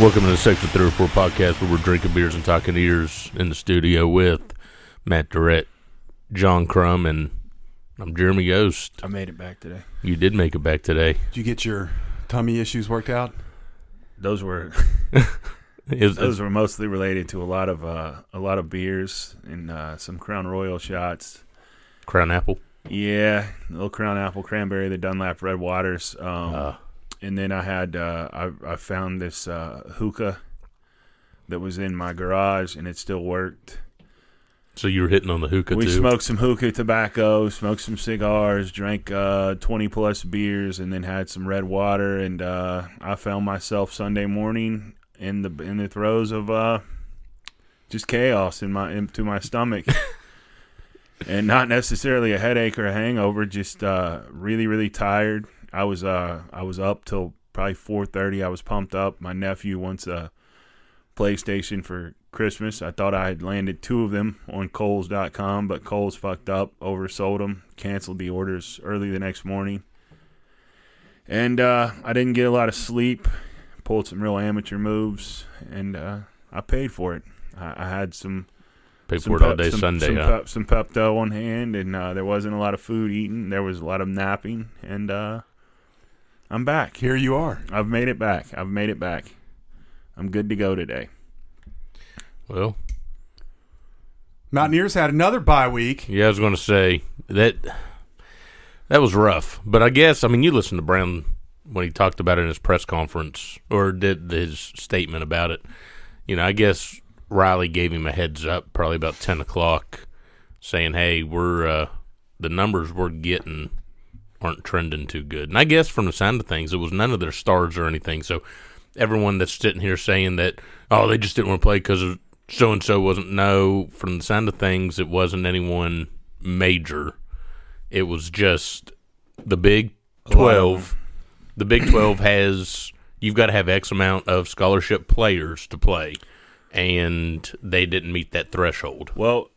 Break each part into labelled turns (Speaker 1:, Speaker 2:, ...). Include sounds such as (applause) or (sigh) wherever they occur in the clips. Speaker 1: Welcome to the Section 304 podcast where we're drinking beers and talking ears in the studio with Matt Durrett, John Crum, and I'm Jeremy Ghost.
Speaker 2: I made it back today.
Speaker 1: You did make it back today.
Speaker 3: Did you get your tummy issues worked out?
Speaker 2: Those (laughs) were
Speaker 1: Is-
Speaker 2: those were mostly related to a lot of uh, a lot of beers and uh, some Crown Royal shots.
Speaker 1: Crown Apple.
Speaker 2: Yeah, little Crown Apple Cranberry, the Dunlap Red Waters, um,
Speaker 1: Uh.
Speaker 2: and then I had uh, I I found this uh, hookah that was in my garage and it still worked.
Speaker 1: So you were hitting on the hookah
Speaker 2: we
Speaker 1: too.
Speaker 2: smoked some hookah tobacco, smoked some cigars, drank uh, 20 plus beers, and then had some red water. And uh, I found myself Sunday morning in the in the throes of uh, just chaos in my in, to my
Speaker 1: (laughs)
Speaker 2: stomach, and not necessarily a headache or a hangover, just uh, really really tired. I was uh, I was up till probably 4:30. I was pumped up. My nephew wants a PlayStation for Christmas. I thought I had landed two of them on Coles.com, but Coles fucked up, oversold them, canceled the orders early the next morning. And uh, I didn't get a lot of sleep, pulled some real amateur moves, and uh, I paid for it. I, I had some,
Speaker 1: Paid
Speaker 2: some
Speaker 1: for it all
Speaker 2: pep-
Speaker 1: day
Speaker 2: some,
Speaker 1: Sunday.
Speaker 2: some,
Speaker 1: huh?
Speaker 2: pep- some Pepto on hand, and uh, there wasn't a lot of food eaten. There was a lot of napping, and uh, I'm back.
Speaker 3: Here you are.
Speaker 2: I've made it back. I've made it back. I'm good to go today.
Speaker 1: Well,
Speaker 3: Mountaineers had another bye week.
Speaker 1: yeah, I was going to say that that was rough, but I guess I mean you listened to Brown when he talked about it in his press conference or did his statement about it. You know, I guess Riley gave him a heads up probably about ten o'clock, saying, "Hey, we're uh, the numbers we're getting aren't trending too good." And I guess from the sound of things, it was none of their stars or anything. So everyone that's sitting here saying that, oh, they just didn't want to play because so and so wasn't. No, from the sound of things, it wasn't anyone major. It was just the Big Twelve. The Big Twelve has you've got to have X amount of scholarship players to play, and they didn't meet that threshold.
Speaker 2: Well,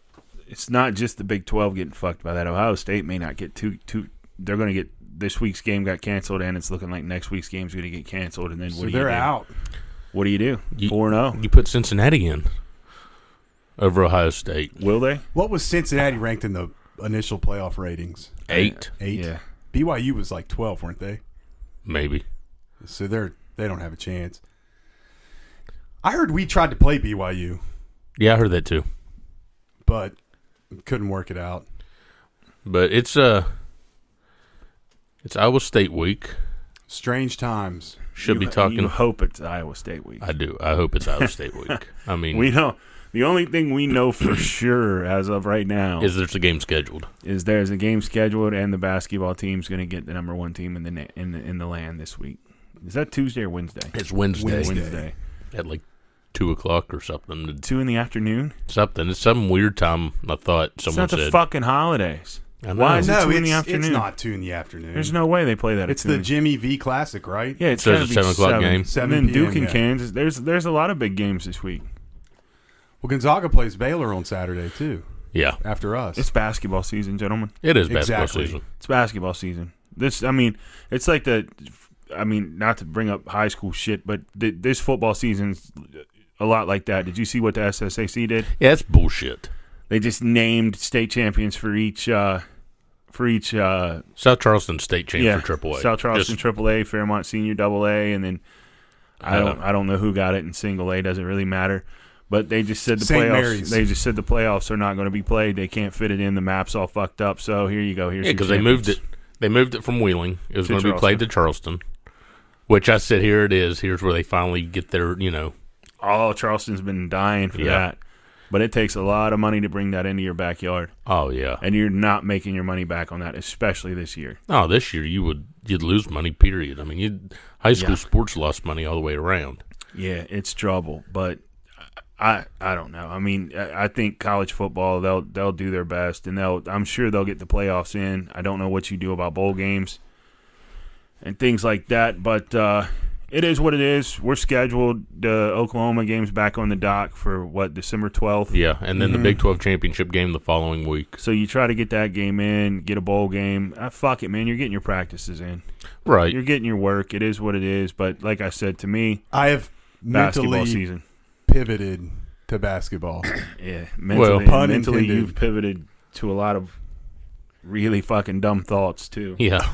Speaker 2: it's not just the Big Twelve getting fucked by that. Ohio State may not get too too. They're going to get this week's game got canceled, and it's looking like next week's game's going to get canceled. And then what
Speaker 3: So
Speaker 2: do you
Speaker 3: they're
Speaker 2: do?
Speaker 3: out.
Speaker 2: What do you do?
Speaker 1: You-
Speaker 2: Four oh. zero.
Speaker 1: You put Cincinnati in over Ohio State
Speaker 2: Will they?
Speaker 3: What was Cincinnati ranked in the initial playoff ratings?
Speaker 1: eight,
Speaker 3: Eight.
Speaker 2: Yeah.
Speaker 3: BYU was like twelve, weren't they?
Speaker 1: maybe.
Speaker 3: So they're they don't have a chance. I heard we tried to play BYU,
Speaker 1: Yeah, I heard that too.
Speaker 3: but couldn't work it out.
Speaker 1: But it's uh it's Iowa State week.
Speaker 3: Strange times.
Speaker 1: Should
Speaker 2: You-
Speaker 1: be talking.
Speaker 2: You hope it's Iowa State week.
Speaker 1: I do. I hope it's Iowa
Speaker 2: (laughs)
Speaker 1: State week. I mean,
Speaker 2: we know the only thing we know for (coughs) sure as of right now
Speaker 1: is there's a game scheduled?
Speaker 2: is there's a game scheduled, and the basketball team's going to get the number one team in the na- in the, in the land this week. Is that Tuesday or Wednesday?
Speaker 1: It's Wednesday,
Speaker 3: Wednesday.
Speaker 2: Wednesday,
Speaker 1: at like two o'clock or something.
Speaker 2: two in the afternoon.
Speaker 1: Something. It's some weird time. I thought
Speaker 2: It's
Speaker 1: someone
Speaker 2: not the
Speaker 1: said.
Speaker 2: fucking holidays.
Speaker 1: I
Speaker 2: why
Speaker 1: know.
Speaker 2: is it
Speaker 3: no,
Speaker 2: two
Speaker 3: it's,
Speaker 2: in the
Speaker 3: it's
Speaker 2: afternoon?
Speaker 3: not two in the afternoon.
Speaker 2: There's no way they play that. at
Speaker 3: it's
Speaker 2: two in
Speaker 3: the Jimmy V Classic, right?
Speaker 2: Yeah, it's
Speaker 1: So it's
Speaker 2: gotta
Speaker 1: a seven
Speaker 2: be
Speaker 1: o'clock game?
Speaker 2: And
Speaker 3: Seven
Speaker 2: then Duke
Speaker 3: PM,
Speaker 2: and
Speaker 3: yeah.
Speaker 2: Kansas. There's there's a lot of big games this week.
Speaker 3: Well, Gonzaga plays Baylor on Saturday too.
Speaker 1: Yeah,
Speaker 3: After us,
Speaker 2: It's basketball season, gentlemen.
Speaker 1: it is basketball
Speaker 3: Exactly.
Speaker 1: season.
Speaker 2: It's basketball season. This, I mean, it's like the, I mean, not to bring up high school shit, but th- this football season's a lot like that. Did you see what the SSAC did?
Speaker 1: Yeah, it's bullshit.
Speaker 2: They just named state champions for each uh, for each uh,
Speaker 1: South Charleston State Champ
Speaker 2: yeah,
Speaker 1: for AAA.
Speaker 2: South Charleston
Speaker 1: Just-
Speaker 2: Triple A, Fairmont Senior Double A, and then I
Speaker 1: Uh,
Speaker 2: don't I don't know who got it in Single A. Doesn't really matter. But they just said the
Speaker 3: St.
Speaker 2: playoffs.
Speaker 3: Mary's.
Speaker 2: They just said the playoffs are not going to be played. They can't fit it in. The map's all fucked up. So here you go. Here's
Speaker 1: yeah,
Speaker 2: your
Speaker 1: because they moved it.
Speaker 2: champions.
Speaker 1: They moved it from Wheeling. It was
Speaker 2: To
Speaker 1: going to be played
Speaker 2: Charleston.
Speaker 1: to Charleston, which I said, here it is. Here's where they finally get their, you know,
Speaker 2: Oh, Charleston's been dying for
Speaker 1: Yeah.
Speaker 2: that. But it takes a lot of money to bring that into your backyard,
Speaker 1: oh yeah.
Speaker 2: and you're not making your money back on that, especially this year.
Speaker 1: Oh, this year you would you'd lose money. Period. I mean, you high school
Speaker 2: Yeah.
Speaker 1: sports lost money all the way around.
Speaker 2: Yeah, it's trouble, but I I don't know. I mean, I I think college football they'll they'll do their best, and they'll I'm sure they'll get the playoffs in. I don't know what you do about bowl games and things like that, but uh, it is what it is. We're scheduled the Oklahoma games back on the dock for what December twelfth.
Speaker 1: Yeah, and then
Speaker 3: Mm-hmm.
Speaker 1: the Big Twelve championship game the following week.
Speaker 2: So you try to get that game in, get a bowl game. Ah, fuck it, man. You're getting your practices in.
Speaker 1: Right.
Speaker 2: You're getting your work. It is what it is. But like I said, to me,
Speaker 3: I have
Speaker 2: basketball
Speaker 3: mentally
Speaker 2: season.
Speaker 3: pivoted to (clears throat) basketball.
Speaker 2: Yeah, mentally,
Speaker 3: pun
Speaker 2: mentally
Speaker 3: intended.
Speaker 2: you've pivoted to a lot of really fucking dumb thoughts too.
Speaker 1: Yeah.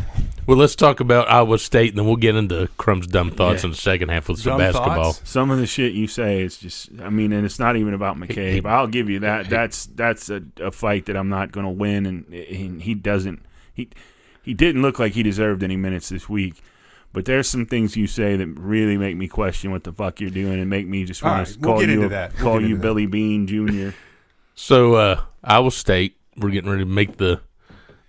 Speaker 1: Well, let's talk about Iowa State, and then we'll get into Crumb's dumb thoughts
Speaker 2: Yeah.
Speaker 1: in the second half with some
Speaker 3: Dumb
Speaker 1: basketball.
Speaker 3: thoughts?
Speaker 2: Some of the shit you say is just, I mean, and it's not even about McCabe.
Speaker 1: he-
Speaker 2: I'll give you that. that's that's a, a fight that I'm not going to win, and, and he doesn't. He he didn't look like he deserved any minutes this week. But there's some things you say that really make me question what the fuck you're doing, and make me just
Speaker 3: All
Speaker 2: want
Speaker 3: right,
Speaker 2: to
Speaker 3: we'll
Speaker 2: call
Speaker 3: get
Speaker 2: you
Speaker 3: into
Speaker 2: a-
Speaker 3: that. We'll
Speaker 2: call
Speaker 3: get
Speaker 2: you
Speaker 3: into that.
Speaker 2: Billy Bean Jr.
Speaker 1: So uh, Iowa State, we're getting ready to make the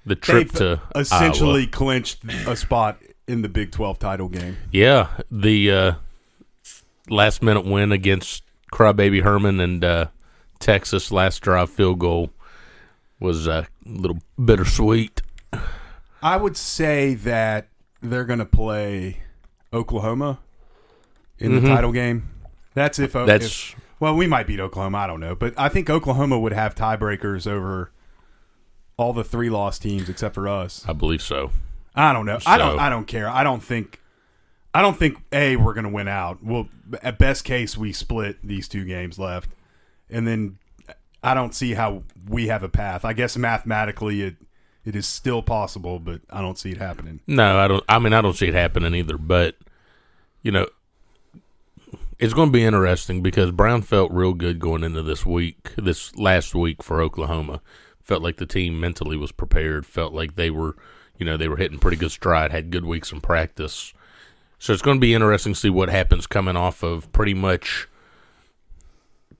Speaker 1: the trip
Speaker 3: They've
Speaker 1: to
Speaker 3: essentially
Speaker 1: Iowa.
Speaker 3: clinched a spot in the Big 12 title game.
Speaker 1: Yeah, the uh, last minute win against Crybaby Herman and uh, Texas last drive field goal was uh, a little bittersweet.
Speaker 3: I would say that they're going to play Oklahoma in the title game. That's if
Speaker 1: Mm-hmm.
Speaker 3: uh,
Speaker 1: That's
Speaker 3: if- well, we might beat Oklahoma. I don't know, but I think Oklahoma would have tiebreakers over all the three loss teams except for us.
Speaker 1: I believe so.
Speaker 3: I don't know. I don't.
Speaker 1: So-
Speaker 3: I don't care. I don't think. I don't think a we're going to win out. Well, at best case, we split these two games left, and then I don't see how we have a path. I guess mathematically it it is still possible, but I don't see it happening.
Speaker 1: No, I don't. I mean, I don't see it happening either. But you know, it's going to be interesting because Brown felt real good going into this week, this last week for Oklahoma. Felt like the team mentally was prepared. Felt like they were, you know, they were hitting pretty good stride. Had good weeks in practice. So it's going to be interesting to see what happens coming off of pretty much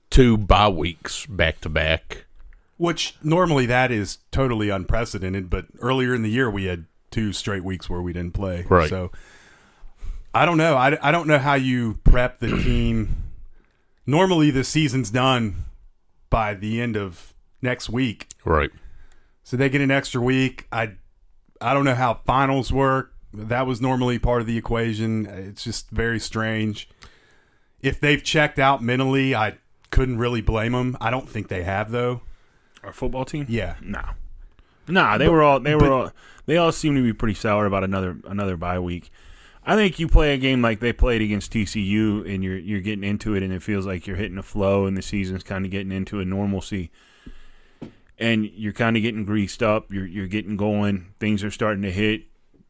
Speaker 1: two bye weeks back to back.
Speaker 3: Which normally that is totally unprecedented, but earlier in the year we had two straight weeks where we didn't play.
Speaker 1: Right.
Speaker 3: So I don't know. I, I don't know how you prep the team. normally the season's done by the end of next week.
Speaker 1: Right.
Speaker 3: So they get an extra week. I I don't know how finals work. That was normally part of the equation. It's just very strange. If they've checked out mentally, I couldn't really blame them. I don't think they have though.
Speaker 2: Our football team.
Speaker 3: Yeah.
Speaker 2: No. Nah, they were all they were all they all seem to be pretty sour about another another bye week. I think you play a game like they played against TCU and you're you're getting into it and it feels like you're hitting a flow and the season's kind of getting into a normalcy. And you're kind of getting greased up, you're you're getting going, things are starting to hit,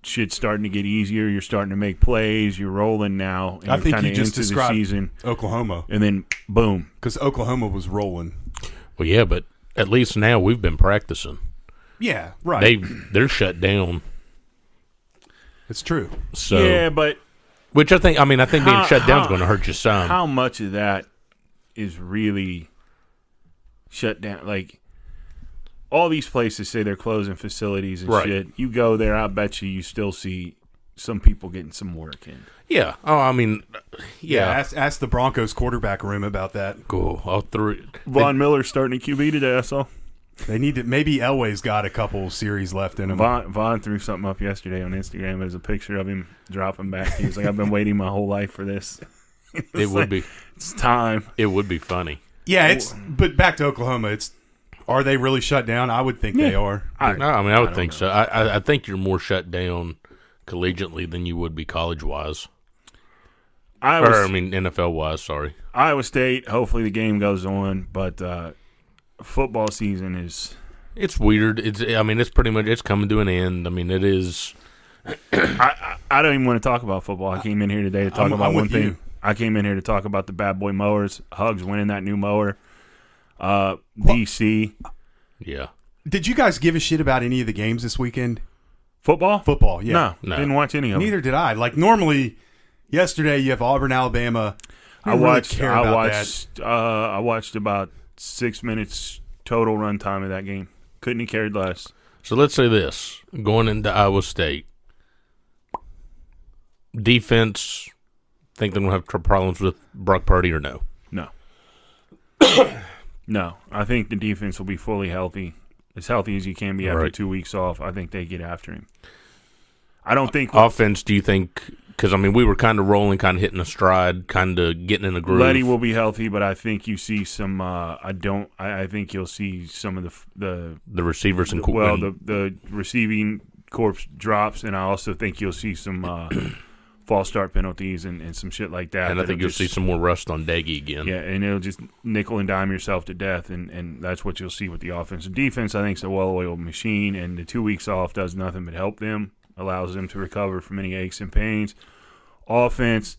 Speaker 2: shit's starting to get easier, you're starting to make plays, you're rolling now and
Speaker 3: I
Speaker 2: you're
Speaker 3: think
Speaker 2: kinda
Speaker 3: you just
Speaker 2: into
Speaker 3: described
Speaker 2: the season
Speaker 3: Oklahoma
Speaker 2: and then boom,
Speaker 3: because Oklahoma was rolling.
Speaker 1: Well, yeah, but at least now we've been practicing.
Speaker 3: Yeah, right.
Speaker 1: They they're shut down.
Speaker 3: it's true.
Speaker 1: So
Speaker 2: yeah, but
Speaker 1: Which I think, I mean, I think being
Speaker 2: How-
Speaker 1: shut down is
Speaker 2: how-
Speaker 1: going to hurt you some.
Speaker 2: how much of that is really shut down? Like all these places say they're closing facilities and
Speaker 1: Right.
Speaker 2: shit. You go there, I bet you you still see some people getting some work in.
Speaker 1: yeah. Oh, I mean, yeah.
Speaker 3: Ask, ask the Broncos quarterback room about that.
Speaker 1: Cool. All three.
Speaker 2: Von Miller's starting a QB today. I saw
Speaker 3: They need to. Maybe Elway's got a couple series left in him.
Speaker 2: Von, Von threw something up yesterday on Instagram as a picture of him dropping back. He was like, "I've been waiting my whole life for this.
Speaker 1: It would be.
Speaker 2: It's time."
Speaker 1: It would be funny.
Speaker 3: Yeah, it's. But back to Oklahoma, it's. Are they really shut down? I would think they
Speaker 2: Yeah.
Speaker 3: are.
Speaker 2: I,
Speaker 1: No, I mean, I would think so. I, I, I think you're more shut down collegiately than you would be college wise,
Speaker 2: I was,
Speaker 1: or I mean, NFL wise. Sorry.
Speaker 2: Iowa State. Hopefully the game goes on, but uh, football season is
Speaker 1: It's weird. It's I mean it's pretty much it's coming to an end. I mean it is.
Speaker 2: I, I I don't even want to talk about football. I came in here today to talk
Speaker 3: I'm-
Speaker 2: about
Speaker 3: I'm
Speaker 2: one
Speaker 3: with
Speaker 2: thing.
Speaker 3: you.
Speaker 2: I came in here to talk about the bad boy mowers. Hugs winning that new mower. Uh, DC
Speaker 1: Yeah.
Speaker 3: Did you guys give a shit about any of the games this weekend?
Speaker 2: football.
Speaker 3: Football, yeah.
Speaker 2: No,
Speaker 1: No.
Speaker 2: didn't watch any of them.
Speaker 3: Neither did I. Like normally, yesterday you have Auburn, Alabama.
Speaker 2: I
Speaker 3: don't really
Speaker 2: watched.
Speaker 3: care
Speaker 2: I
Speaker 3: about
Speaker 2: watched. Uh, I watched about six minutes total runtime of that game. Couldn't have cared less.
Speaker 1: So let's say this going into Iowa State, defense, think they're going to have tr- problems with Brock Purdy or no?
Speaker 2: No. no, I think the defense will be fully healthy, as healthy as you can be after
Speaker 1: Right.
Speaker 2: two weeks off. I think they get after him. I don't think
Speaker 1: Offense, do you think? Because, I mean, we were kind of rolling, kind of hitting a stride, kind of getting in a groove.
Speaker 2: Letty will be healthy, but I think you see some. Uh, I don't. I, I think you'll see some of the f- the
Speaker 1: the receivers and
Speaker 2: well the the receiving corpse drops, and I also think you'll see some uh, (clears throat) false start penalties and, and some shit like that.
Speaker 1: and I
Speaker 2: that'll
Speaker 1: think you'll
Speaker 2: just-
Speaker 1: see some more rust on Deggy again.
Speaker 2: Yeah, and it'll just nickel and dime yourself to death, and, and that's what you'll see with the offense. And defense, I think, is a well oiled machine, and the two weeks off does nothing but help them, allows them to recover from any aches and pains. Offense,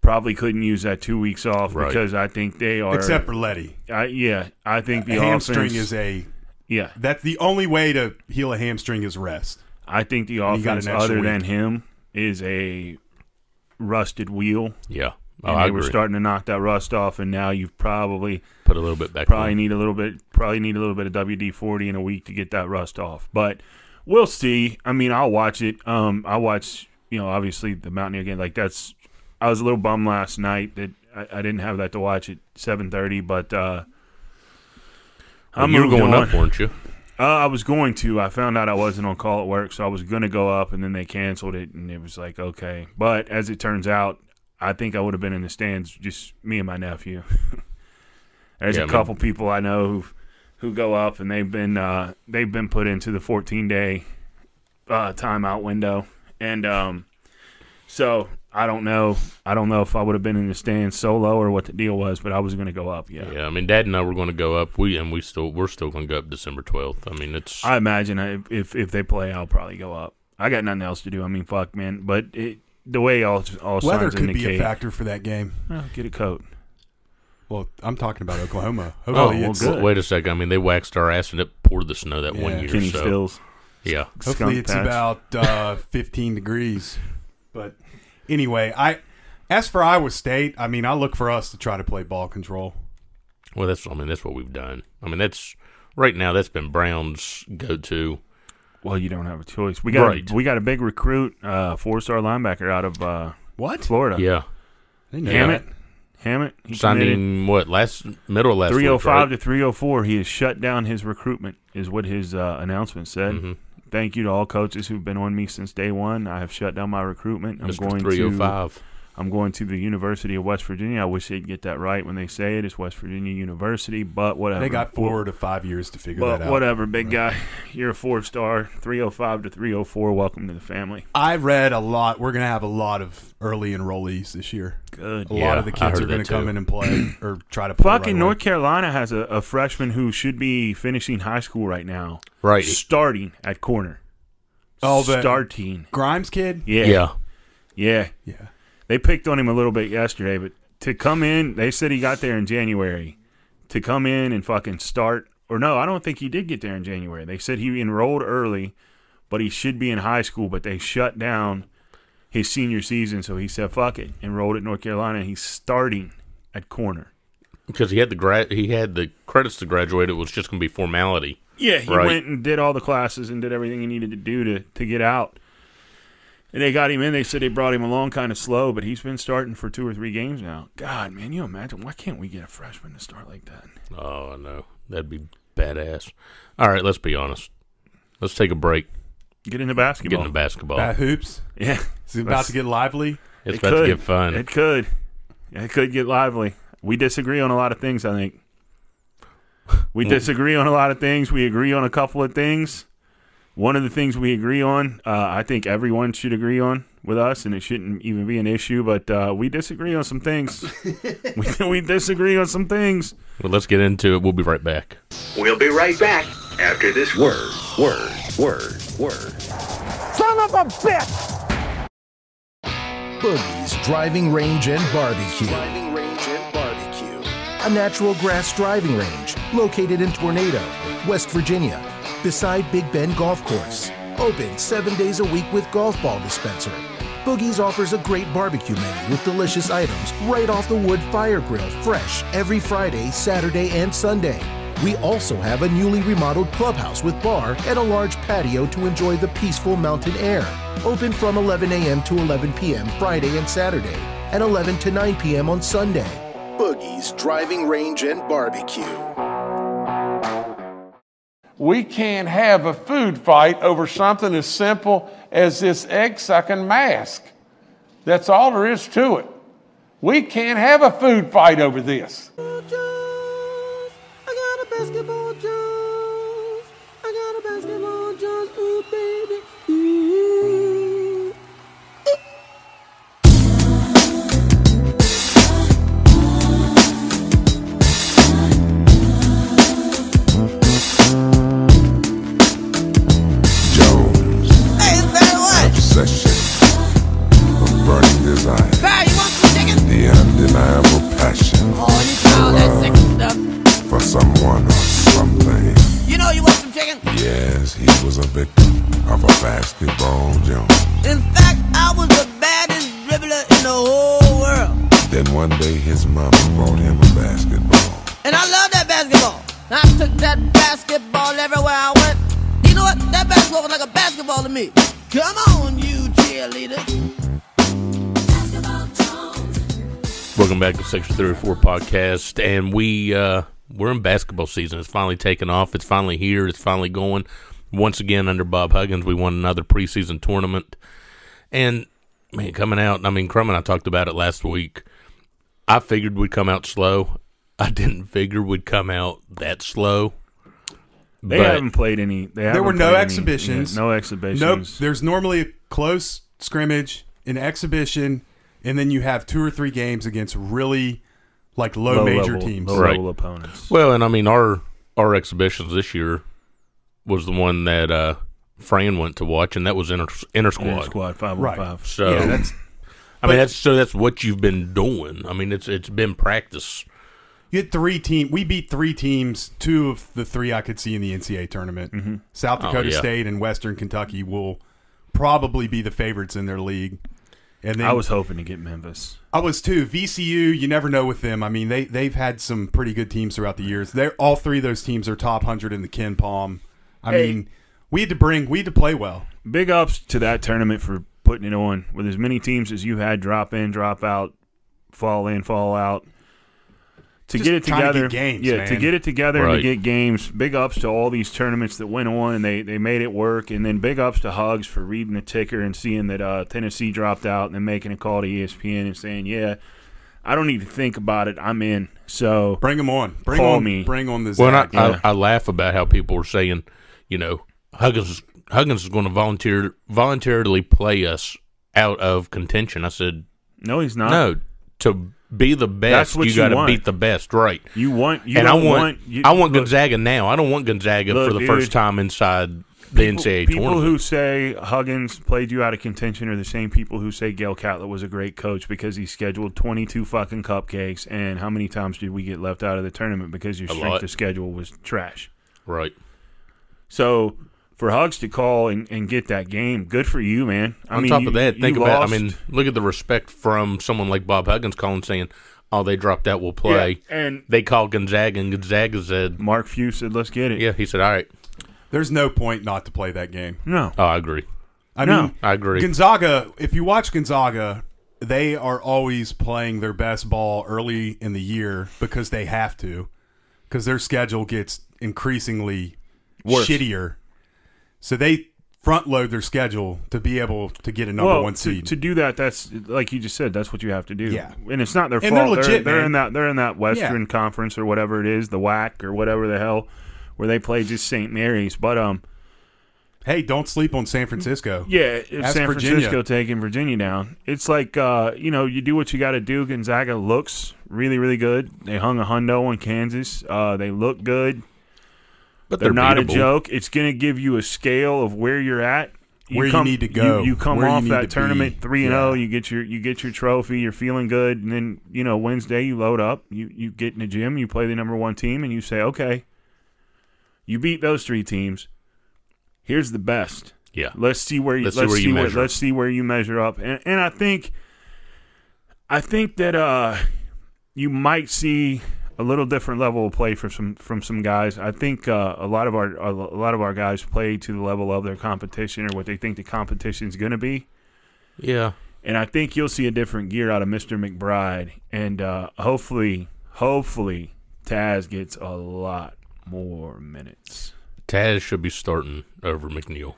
Speaker 2: probably couldn't use that two weeks off
Speaker 1: Right.
Speaker 2: because I think they are.
Speaker 3: Except for Letty,
Speaker 2: I, yeah, I think the
Speaker 3: hamstring
Speaker 2: offense,
Speaker 3: is a.
Speaker 2: Yeah,
Speaker 3: That's the only way to heal a hamstring is rest.
Speaker 2: I think the
Speaker 3: you got
Speaker 2: offense,
Speaker 3: an extra
Speaker 2: other
Speaker 3: week.
Speaker 2: than him, is a rusted wheel.
Speaker 1: Yeah. Oh,
Speaker 2: And
Speaker 1: I
Speaker 2: they
Speaker 1: agree.
Speaker 2: were starting to knock that rust off, and now you've probably
Speaker 1: Put a little bit back.
Speaker 2: probably
Speaker 1: on.
Speaker 2: need a little bit probably need a little bit of WD forty in a week to get that rust off. But we'll see. I mean, I'll watch it. Um, I watch you know obviously the Mountaineer game. Like that's I was a little bummed last night that I, I didn't have that to watch at seven thirty. But uh, I
Speaker 1: you were
Speaker 2: moved
Speaker 1: going
Speaker 2: on.
Speaker 1: up, weren't you?
Speaker 2: Uh, I was going to. I found out I wasn't on call at work, so I was going to go up, and then they canceled it, and it was like okay. But as it turns out, I think I would have been in the stands, just me and my nephew. (laughs) There's
Speaker 1: Yeah, I
Speaker 2: a
Speaker 1: mean-
Speaker 2: couple people I know who who go up, and they've been uh, they've been put into the 14 day uh, timeout window, and um, so I don't know. I don't know if I would have been in the stands solo or what the deal was, but I was going to go up.
Speaker 1: Yeah. I mean, Dad and I were going to go up. We and we still we're still going to go up December twelfth. I mean, it's
Speaker 2: I imagine I, if if they play, I'll probably go up. I got nothing else to do. I mean, fuck, man. But it, the way all all
Speaker 3: Weather
Speaker 2: signs
Speaker 3: could be
Speaker 2: indicate,
Speaker 3: a factor for that game.
Speaker 2: well, get a coat.
Speaker 3: Well, I'm talking about Oklahoma.
Speaker 1: (laughs) Oh,
Speaker 3: Hopefully,
Speaker 1: well,
Speaker 3: it's,
Speaker 2: good.
Speaker 1: w- wait a second. I mean, they waxed our ass and it poured the snow that one
Speaker 3: Yeah.
Speaker 1: year.
Speaker 2: Kenny
Speaker 1: so,
Speaker 2: Stills.
Speaker 1: Yeah.
Speaker 3: hopefully
Speaker 2: skunk
Speaker 3: it's
Speaker 2: patch.
Speaker 1: (laughs)
Speaker 3: about uh, 15 degrees. But anyway, I as for Iowa State, I mean, I look for us to try to play ball control.
Speaker 1: Well, that's I mean that's what we've done. I mean that's right now that's been Brown's go-to.
Speaker 2: Well, you don't have a choice. We got
Speaker 1: Right.
Speaker 2: a, we got a big recruit, uh, four star linebacker out of uh,
Speaker 3: What?
Speaker 2: Florida.
Speaker 1: Yeah,
Speaker 3: Damn
Speaker 2: Hammett. Hammett. He
Speaker 1: signed
Speaker 2: committed
Speaker 1: him what last middle of last week,
Speaker 2: 305
Speaker 1: right?
Speaker 2: to 304. He has shut down his recruitment, is what his uh, announcement said.
Speaker 1: Mhm.
Speaker 2: Thank you to all coaches who've been on me since day one. I have shut down my recruitment. I'm
Speaker 1: Mr.
Speaker 2: going
Speaker 1: Three
Speaker 2: to
Speaker 1: Hundred Five.
Speaker 2: I'm going to the University of West Virginia. I wish they'd get that right when they say it. It's West Virginia University, but whatever.
Speaker 3: They got four to five years to figure
Speaker 2: But
Speaker 3: that out.
Speaker 2: whatever, big guy. (laughs) You're a four star, 305 to 304. Welcome to the family.
Speaker 3: I read a lot. We're going to have a lot of early enrollees this year.
Speaker 2: Good.
Speaker 3: A
Speaker 1: Yeah,
Speaker 3: lot of
Speaker 1: I
Speaker 3: the kids
Speaker 1: heard
Speaker 3: are going
Speaker 1: that
Speaker 3: to come
Speaker 1: too.
Speaker 3: in and play or try to play. right
Speaker 2: Fucking
Speaker 3: away.
Speaker 2: North Carolina has a, a freshman who should be finishing high school right now,
Speaker 1: Right.
Speaker 2: starting at corner.
Speaker 3: Oh, the-
Speaker 2: starting.
Speaker 3: Grimes kid?
Speaker 2: Yeah, yeah,
Speaker 1: Yeah.
Speaker 3: Yeah.
Speaker 2: They picked on him a little bit yesterday, but to come in, they said he got there in January. To come in and fucking start, or no, I don't think he did get there in January. They said he enrolled early, but he should be in high school, but they shut down his senior season, so he said fuck it, enrolled at North Carolina, and he's starting at corner.
Speaker 1: Because he had the grad, he had the credits to graduate. It was just going to be formality.
Speaker 2: Yeah, he
Speaker 1: Right.
Speaker 2: went and did all the classes and did everything he needed to do to, to get out. And they got him in. They said they brought him along kind of slow, but he's been starting for two or three games now. God, man, you imagine why can't we get a freshman to start like that?
Speaker 1: Oh no, that'd be badass. All right, let's be honest. Let's take a break.
Speaker 2: Get into
Speaker 1: Get
Speaker 2: basketball.
Speaker 1: into basketball.
Speaker 3: Bat Uh, hoops.
Speaker 1: (laughs)
Speaker 2: yeah,
Speaker 3: Is it about to get lively?
Speaker 1: it's
Speaker 2: It
Speaker 1: about
Speaker 2: could.
Speaker 1: to get fun.
Speaker 2: It could. It could get lively. We disagree on a lot of things. I think we disagree on a lot of things. We agree on a couple of things. One of the things we agree on, uh, I think everyone should agree on with us, and it shouldn't even be an issue. But uh, we disagree on some
Speaker 3: (laughs)
Speaker 2: things. we, we disagree on some things.
Speaker 1: well, let's get into it. We'll be right back.
Speaker 4: We'll be right back. after this word, word, word, word.
Speaker 5: Son of a bitch!
Speaker 6: Boogie's Driving Range and Barbecue.
Speaker 5: Driving range and barbecue.
Speaker 6: A natural grass driving range located in Tornado, West Virginia, beside Big Bend Golf Course. Open seven days a week with golf ball dispenser. Boogie's offers a great barbecue menu with delicious items right off the wood fire grill, fresh every Friday, Saturday, and Sunday. We also have a newly remodeled clubhouse with bar and a large patio to enjoy the peaceful mountain air. Open from 11 a.m. to 11 p.m. Friday and Saturday, and 11 to 9 p.m. on Sunday. Boogie's Driving Range and Barbecue.
Speaker 7: We can't have a food fight over something as simple as this egg sucking mask. That's all there is to it. We can't have a food fight over this.
Speaker 5: I got a basketball juice. I got a basketball juice. Ooh, baby. Ooh.
Speaker 8: Jones. Obsession of burning desire.
Speaker 9: (laughs)
Speaker 8: The undeniable passion. For someone or something.
Speaker 10: You know you want some chicken?
Speaker 8: Yes, he was a victim of a basketball Jones.
Speaker 10: In fact, I was the baddest dribbler in the whole world.
Speaker 8: Then one day his mama brought him a basketball.
Speaker 10: And I love that basketball. I took that basketball everywhere I went. You know what? That basketball was like a basketball to me. Come on, you cheerleaders.
Speaker 1: Welcome back to Section Three or Four podcast, and we uh, we're in basketball season. It's finally taken off. It's finally here. It's finally going. Once again, under Bob Huggins, we won another preseason tournament, and man, coming out. I mean, Crum and I talked about it last week. I figured we'd come out slow. I (laughs) didn't figure we'd come out that slow.
Speaker 2: They haven't played any. They
Speaker 3: There
Speaker 2: haven't
Speaker 3: were no
Speaker 2: played any-
Speaker 3: exhibitions.
Speaker 2: yeah, no
Speaker 3: Nope.
Speaker 2: exhibitions.
Speaker 3: There's normally a close scrimmage, an exhibition, and then you have two or three games against really like low, major
Speaker 2: level,
Speaker 3: teams.
Speaker 2: Low
Speaker 1: Right.
Speaker 2: level opponents.
Speaker 1: Well, and I mean our our exhibitions this year was the one that uh, Fran went to watch, and that was inter inter
Speaker 2: Inner
Speaker 1: squad.
Speaker 2: Squad five
Speaker 3: Right.
Speaker 2: five.
Speaker 1: So
Speaker 3: Yeah, that's
Speaker 1: I mean that's so that's what you've been doing. I mean it's it's been practice.
Speaker 3: you had three team. We beat three teams. Two of the three I could see in the NCAA tournament.
Speaker 2: Mm-hmm.
Speaker 3: South Dakota
Speaker 1: yeah.
Speaker 3: State and Western Kentucky will probably be the favorites in their league. And then
Speaker 2: I was hoping to get Memphis.
Speaker 3: I was too. VCU, you never know with them. I mean, they they've had some pretty good teams throughout the years. They're all three of those teams are top hundred in the Ken Palm. I
Speaker 2: Hey.
Speaker 3: mean, we had to bring, we had to play well.
Speaker 2: Big ups to that tournament for putting it on with as many teams as you had drop in, drop out, fall in, fall out. To
Speaker 3: Just
Speaker 2: get it
Speaker 3: trying to
Speaker 2: together,
Speaker 3: get games,
Speaker 2: yeah, to
Speaker 3: man.
Speaker 2: get it together and
Speaker 1: Right.
Speaker 2: to get games. Big ups to all these tournaments that went on and they, they made it work. And then big ups to Hugs for reading the ticker and seeing that uh, Tennessee dropped out and then making a call to E ESPN and saying, "Yeah, I don't need to think about it. I'm in." So
Speaker 3: Bring them on, bring
Speaker 2: Call
Speaker 3: on,
Speaker 2: me. uh,
Speaker 3: bring on this.
Speaker 1: Well, and I,
Speaker 2: Yeah.
Speaker 1: I, I laugh about how people were saying, you know, Huggins Huggins is going to volunteer voluntarily play us out of contention. I said
Speaker 2: no, he's not.
Speaker 1: no to be the best.
Speaker 2: That's what
Speaker 1: you
Speaker 2: you
Speaker 1: got to
Speaker 2: want.
Speaker 1: beat the best, right?
Speaker 2: you want you
Speaker 1: and I
Speaker 2: don't
Speaker 1: want,
Speaker 2: you,
Speaker 1: I want
Speaker 2: look,
Speaker 1: Gonzaga now. I don't want Gonzaga
Speaker 2: Look,
Speaker 1: for the
Speaker 2: dude,
Speaker 1: first time inside the NCAA
Speaker 2: people
Speaker 1: tournament.
Speaker 2: who say Huggins played you out of contention are the same people who say Gail Catlett was a great coach because he scheduled 22 fucking cupcakes. And how many times did we get left out of the tournament because your
Speaker 1: A
Speaker 2: strength
Speaker 1: lot.
Speaker 2: of schedule was trash?
Speaker 1: right.
Speaker 2: So for Hugs to call and, and get that game, good for you, man. I
Speaker 1: on
Speaker 2: mean,
Speaker 1: top
Speaker 2: you-
Speaker 1: of that,
Speaker 2: you
Speaker 1: think about.
Speaker 2: lost.
Speaker 1: I mean, look at the respect from someone like Bob Huggins calling saying, "Oh, they dropped out. We'll play."
Speaker 2: Yeah, and-
Speaker 1: they called Gonzaga, and Gonzaga said,
Speaker 2: Mark Few said, "Let's get it."
Speaker 1: "Yeah." He said, "All right."
Speaker 3: There's no point not to play that game.
Speaker 2: No,
Speaker 1: Oh, I agree.
Speaker 3: I
Speaker 2: No.
Speaker 3: mean,
Speaker 1: I agree.
Speaker 3: Gonzaga. If you watch Gonzaga, they are always playing their best ball early in the year because they have to, because their schedule gets increasingly
Speaker 2: Worse.
Speaker 3: shittier. So they front load their schedule to be able to get a number
Speaker 2: well,
Speaker 3: one
Speaker 2: to-
Speaker 3: seed.
Speaker 2: To, do that, that's like you just said. That's what you have to do.
Speaker 3: Yeah.
Speaker 2: and it's not their
Speaker 3: And they're
Speaker 2: fault.
Speaker 3: legit,
Speaker 2: they're,
Speaker 3: man.
Speaker 2: in that they're in that Western Conference or whatever it is, the WAC or whatever the hell, where they play just St. Mary's. But um,
Speaker 3: hey, don't sleep on San Francisco.
Speaker 2: yeah, if
Speaker 3: Ask
Speaker 2: San
Speaker 3: Virginia.
Speaker 2: Francisco taking Virginia down, it's like uh, you know, you do what you got to do. Gonzaga looks really, really good. They hung a hundo on Kansas. Uh, they look good.
Speaker 1: But
Speaker 2: they're,
Speaker 1: they're
Speaker 2: not
Speaker 1: beatable.
Speaker 2: a joke. It's going to give you a scale of where you're at,
Speaker 3: Where you need to go,
Speaker 2: You, you come
Speaker 3: where you
Speaker 2: off
Speaker 3: need to
Speaker 2: that
Speaker 3: be.
Speaker 2: tournament three and
Speaker 3: Yeah.
Speaker 2: zero. You get your you get your trophy. You're feeling good, and then you know Wednesday you load up. You you get in the gym. You play the number one team, and you say, okay, you beat those three teams. Here's the best.
Speaker 1: Yeah.
Speaker 2: Let's see where you
Speaker 1: Let's see
Speaker 2: let's,
Speaker 1: where
Speaker 2: see,
Speaker 1: you
Speaker 2: where
Speaker 1: measure up.
Speaker 2: let's see where you measure up. And and I think I think that uh you might see a little different level of play from some from some guys. I think uh, a lot of our a lot of our guys play to the level of their competition or what they think the competition's going to be.
Speaker 1: Yeah.
Speaker 2: And I think you'll see a different gear out of Mr. McBride. And uh, hopefully, hopefully, Taz gets a lot more minutes.
Speaker 1: Taz should be starting over McNeil.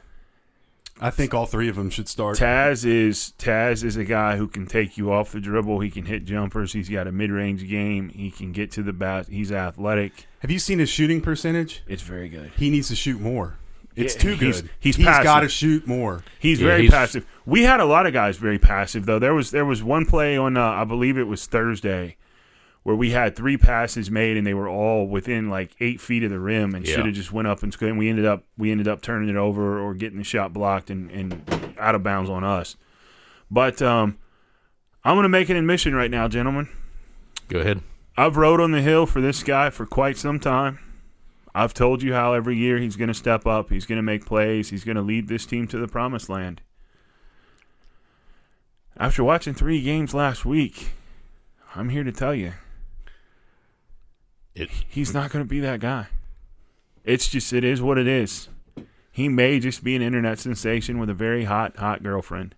Speaker 3: I think all three of them should start.
Speaker 2: Taz is Taz is a guy who can take you off the dribble. He can hit jumpers. He's got a mid-range game. He can get to the bat. He's athletic.
Speaker 3: Have you seen his shooting percentage?
Speaker 2: It's very good.
Speaker 3: He needs to shoot more. It's
Speaker 2: Yeah,
Speaker 3: too good.
Speaker 2: he's- he's
Speaker 3: he's
Speaker 2: passive.
Speaker 3: got to shoot more.
Speaker 2: He's
Speaker 1: Yeah,
Speaker 2: very
Speaker 1: he's-
Speaker 2: passive. We had a lot of guys very passive though. There was there was one play on uh, I believe it was Thursday where we had three passes made and they were all within like eight feet of the rim and
Speaker 1: Yeah.
Speaker 2: should have just went up and scored. And we ended up we ended up turning it over or getting the shot blocked and, and out of bounds on us. But um, I'm going to make an admission right now, gentlemen.
Speaker 1: Go ahead.
Speaker 2: I've rode on the hill for this guy for quite some time. I've told you how every year he's going to step up, he's going to make plays, he's going to lead this team to the promised land. After watching three games last week, I'm here to tell you
Speaker 1: It,
Speaker 2: he's not going to be that guy. It's just, it is what it is. He may just be an internet sensation with a very hot, hot girlfriend.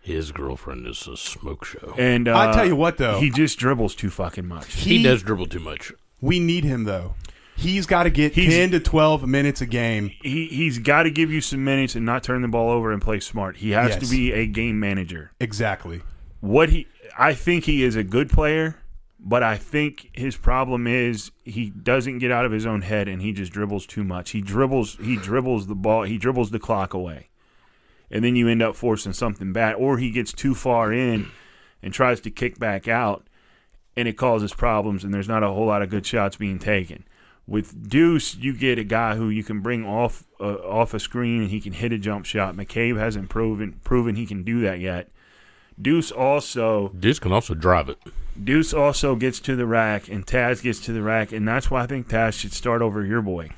Speaker 1: his girlfriend is a smoke show.
Speaker 2: And uh,
Speaker 3: I tell you what, though.
Speaker 2: he just dribbles too fucking much.
Speaker 1: he does dribble too much.
Speaker 3: We need him though. He's got to get
Speaker 2: He's-
Speaker 3: ten to twelve minutes a game.
Speaker 2: He he's got to give you some minutes and not turn the ball over and play smart. He has
Speaker 3: Yes.
Speaker 2: to be a game manager.
Speaker 3: Exactly.
Speaker 2: what he I think he is a good player, but I think his problem is he doesn't get out of his own head and he just dribbles too much. He dribbles he dribbles the ball, he dribbles the clock away. And then you end up forcing something bad or he gets too far in and tries to kick back out and it causes problems and there's not a whole lot of good shots being taken. With Deuce, you get a guy who you can bring off uh, off a screen and he can hit a jump shot. McCabe hasn't proven proven he can do that yet. Deuce also
Speaker 1: Deuce can also drive it.
Speaker 2: Deuce also gets to the rack, and Taz gets to the rack, and that's why I think Taz should start over your boy.